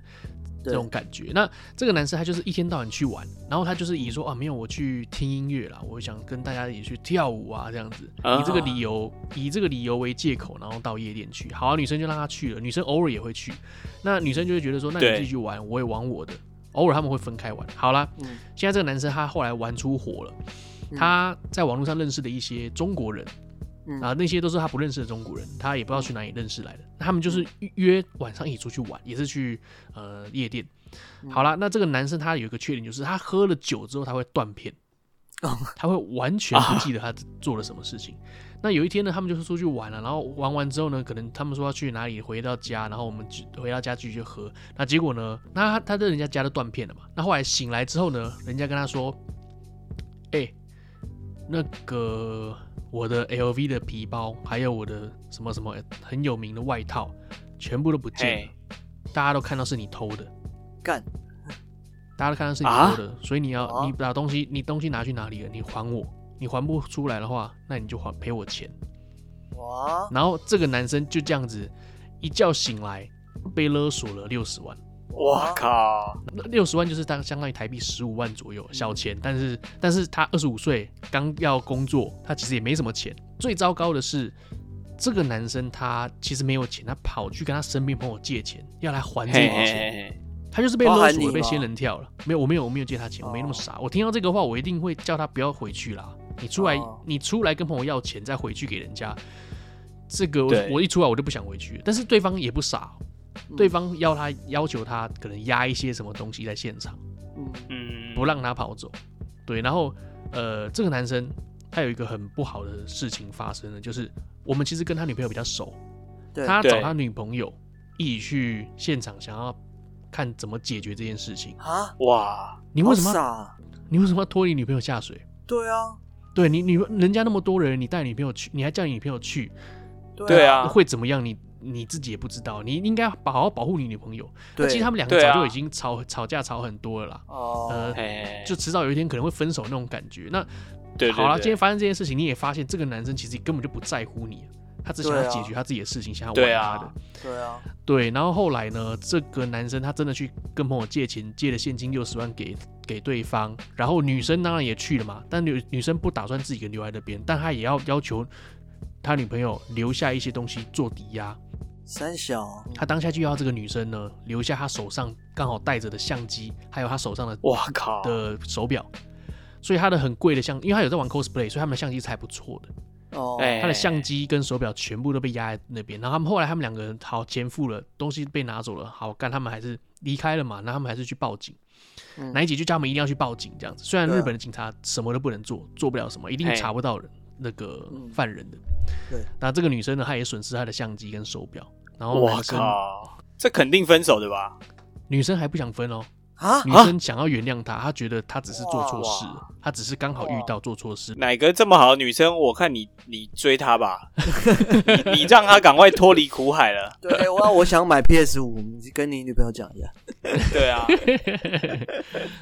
这对种感觉，那这个男生他就是一天到晚去玩，然后他就是以说啊没有我去听音乐啦，我想跟大家一起去跳舞啊这样子，啊嗯以这个理由以这个理由为借口，然后到夜店去。好、啊，女生就让他去了，女生偶尔也会去，那女生就会觉得说，那对你继续玩，我也玩我的。偶尔他们会分开玩。好啦，嗯现在这个男生他后来玩出火了，嗯他在网络上认识的一些中国人，嗯啊，那些都是他不认识的中国人，他也不知道去哪里认识来的。他们就是嗯约约晚上一起出去玩，也是去呃夜店。好啦，那这个男生他有一个缺点，就是他喝了酒之后他会断片，他会完全不记得他做了什么事情。那有一天呢，他们就是出去玩了、然后玩完之后呢，可能他们说要去哪里，回到家，然后我们就回到家继续喝。那结果呢，那他他在人家家都断片了嘛。那后来醒来之后呢，人家跟他说：“哎、那个我的 LV 的皮包，还有我的什么什么很有名的外套，全部都不见了嘿，大家都看到是你偷的。”干，大家都看到是你啊偷的，所以你要、啊你把东西你东西拿去哪里了？你还我，你还不出来的话，那你就还赔我钱。哇，然后这个男生就这样子一觉醒来，被勒索了六十万，哇靠，那六十万就是当相当于台币十五万左右小钱，但是但是他二十五岁刚要工作，他其实也没什么钱。最糟糕的是。这个男生他其实没有钱，他跑去跟他身边朋友借钱，要来还这嘿笔嘿嘿钱。嘿，他就是被包勒含索你了，被吗仙人跳了。没有，我没有，我没有借他钱，我没那么哦傻。我听到这个话，我一定会叫他不要回去啦。你出来哦，你出来跟朋友要钱，再回去给人家。这个我对我一出来我就不想回去，但是对方也不傻哦，嗯对方要他要求他可能压一些什么东西在现场，嗯，嗯，不让他跑走。对，然后呃，这个男生他有一个很不好的事情发生了，就是我们其实跟他女朋友比较熟，对，他找对他女朋友一起去现场，想要看怎么解决这件事情。啊，哇，你为什么好要傻？啊你为什么要拖你女朋友下水？对啊，对你，你人家那么多人，你带女朋友去，你还叫你女朋友去，呃对啊，啊，会怎么样？你你自己也不知道，你应该好好保护你女朋友。那对，其实他们两个对啊早就已经吵、吵架吵很多了啦，哦呃，嘿，就迟早有一天可能会分手那种感觉。那对对好了，对今天发生这件事情，你也发现这个男生其实根本就不在乎你，他只想要对啊解决他自己的事情，想要玩对他啊的。对啊，对，然后后来呢，这个男生他真的去跟朋友借钱，借了现金六十万给给对方，然后女生当然也去了嘛，但女女生不打算自己一个人留在那边，但他也要要求他女朋友留下一些东西做抵押，三小，他当下就要这个女生呢留下她手上刚好带着的相机，还有她手上的哇靠，的手表，所以她的很贵的相，因为她有在玩 cosplay，所以他们的相机是还不错的。哦，哎他的相机跟手表全部都被压在那边。然后他们后来他们两个人好钱付了，东西被拿走了，好干他们还是离开了嘛，那他们还是去报警。嗯哪一集就叫他们一定要去报警这样子。虽然对啊日本的警察什么都不能做，做不了什么，一定嘿查不到人那个嗯犯人的。对，那这个女生呢，她也损失她的相机跟手表。然后哇男生靠，这肯定分手的吧？女生还不想分哦，啊女，生想要原谅他，她觉得她只是做错哇事了，她只是刚好遇到做错事，哪个这么好的女生，我看你你追她吧，你你让她赶快脱离苦海了。对，哎我我想买 PS 五，你跟你女朋友讲一下，对 啊，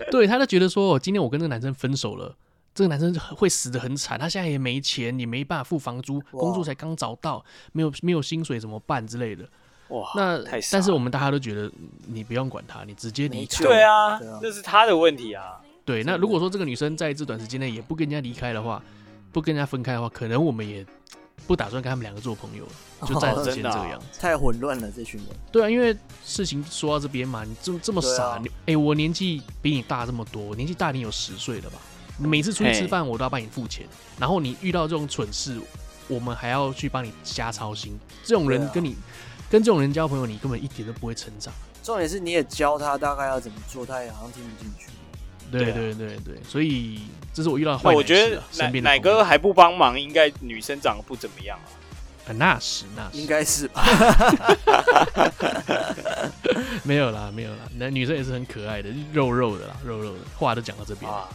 对，他就觉得说，哦今天我跟这个男生分手了，这个男生会死的很惨，他现在也没钱，也没办法付房租，工作才刚找到，没有没有薪水怎么办之类的。哇，那哦太傻但了是我们大家都觉得嗯你不用管他，你直接离没开。错对啊对啊，那是她的问题啊。对，那如果说这个女生在这短时间内也不跟人家离开的话，不跟人家分开的话，可能我们也不打算跟他们两个做朋友了，就暂哦时真先这的个啊样子。太混乱了，这群人。对啊，因为事情说到这边嘛，你这么这么对傻，啊你哎、我年纪比你大这么多，我年纪大你有十岁了吧？你每次出去嘿吃饭我都要帮你付钱，然后你遇到这种蠢事，我们还要去帮你瞎操心。这种对人啊跟你、跟这种人交朋友，你根本一点都不会成长。重点是你也教他大概要怎么做，他也好像听不进去。对对啊对对对，所以这是我遇到的坏那奶我觉师得啊身奶边的奶朋友哥还不帮忙，应该女生长得不怎么样啊。啊那是那应是该是吧？ 没有啦没有啦，那女生也是很可爱的，肉肉的啦，肉肉的。话都讲到这边了，啊，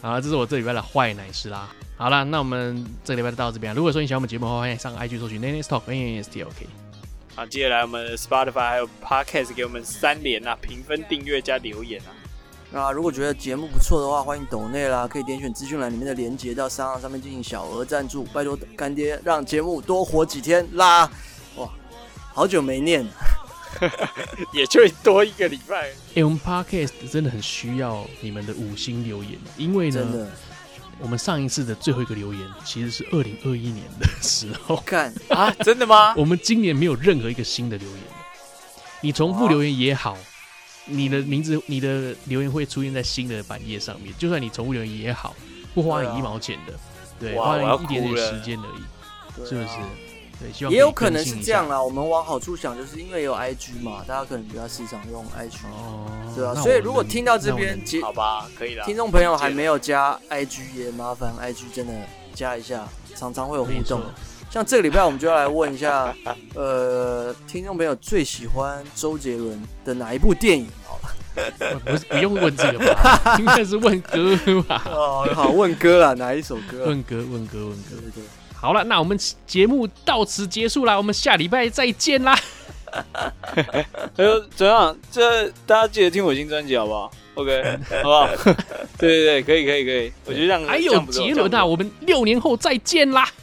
好了，这是我这礼拜的坏奶师啦。好了，那我们这礼拜就到这边啊。如果说你喜欢我们节目的话，欢迎上 IG 搜寻 n a n e s Talk N A S T O K。啊，接下来我们的 Spotify 还有 Podcast 给我们三连啊，评分、订阅加留言啊。 那如果觉得节目不错的话，欢迎抖内啦，可以点选资讯栏里面的连接到商行上面进行小额赞助，拜托干爹让节目多活几天啦！哇，好久没 念了，也就多一个礼拜。哎、我们 Podcast 真的很需要你们的五星留言，因为真呢，的我们上一次的最后一个留言其实是二零二一年的时候，看啊，真的吗？我们今年没有任何一个新的留言了。你重复留言也好，你的名字、你的留言会出现在新的版页上面，就算你重复留言也好，不花对你啊一毛钱的，对，哇花我要你一点哭点了时间而已，对啊是不是？对，希望也有以可能更是新一这下样啊啦。我们往好处想，就是因为有 IG 嘛，大家可能比较时常用 IG，、哦。对啊。那所以我如果能听到这那我边，能其好吧，可以啦。听众朋友还没有加 IG 也麻烦 IG 真的加一下，常常会有互没动错。像这个礼拜我们就要来问一下，呃，听众朋友最喜欢周杰伦的哪一部电影？好了，不是不用问这个 吧，应该是问哥吧？哦，好，问歌啦，哪一首歌？问哥，问哥，问哥对。对对，好了，那我们节目到此结束啦，我们下礼拜再见啦。呃，怎样？这大家记得听我新专辑好不好？OK，好 不好？对对对，可以可以可以，我觉得嗯这样还这有样不错杰伦啊，我们六年后再见啦。这样不错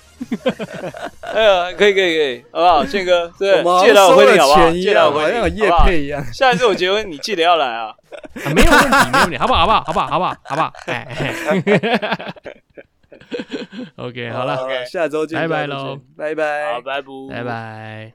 哎呀，可以可以可以，好不好？宪哥，对，们好借像来我收回你了好不好？钱一借来样，我好回你，像有好叶不好配一样。下一次我结婚，你记得要来啊！啊没有问题，没有问题，好不好？好不好？好不好？好不好？好不好？哎。哎 OK，好了，下周见，拜拜下周见喽，拜拜，好，拜拜，拜。拜。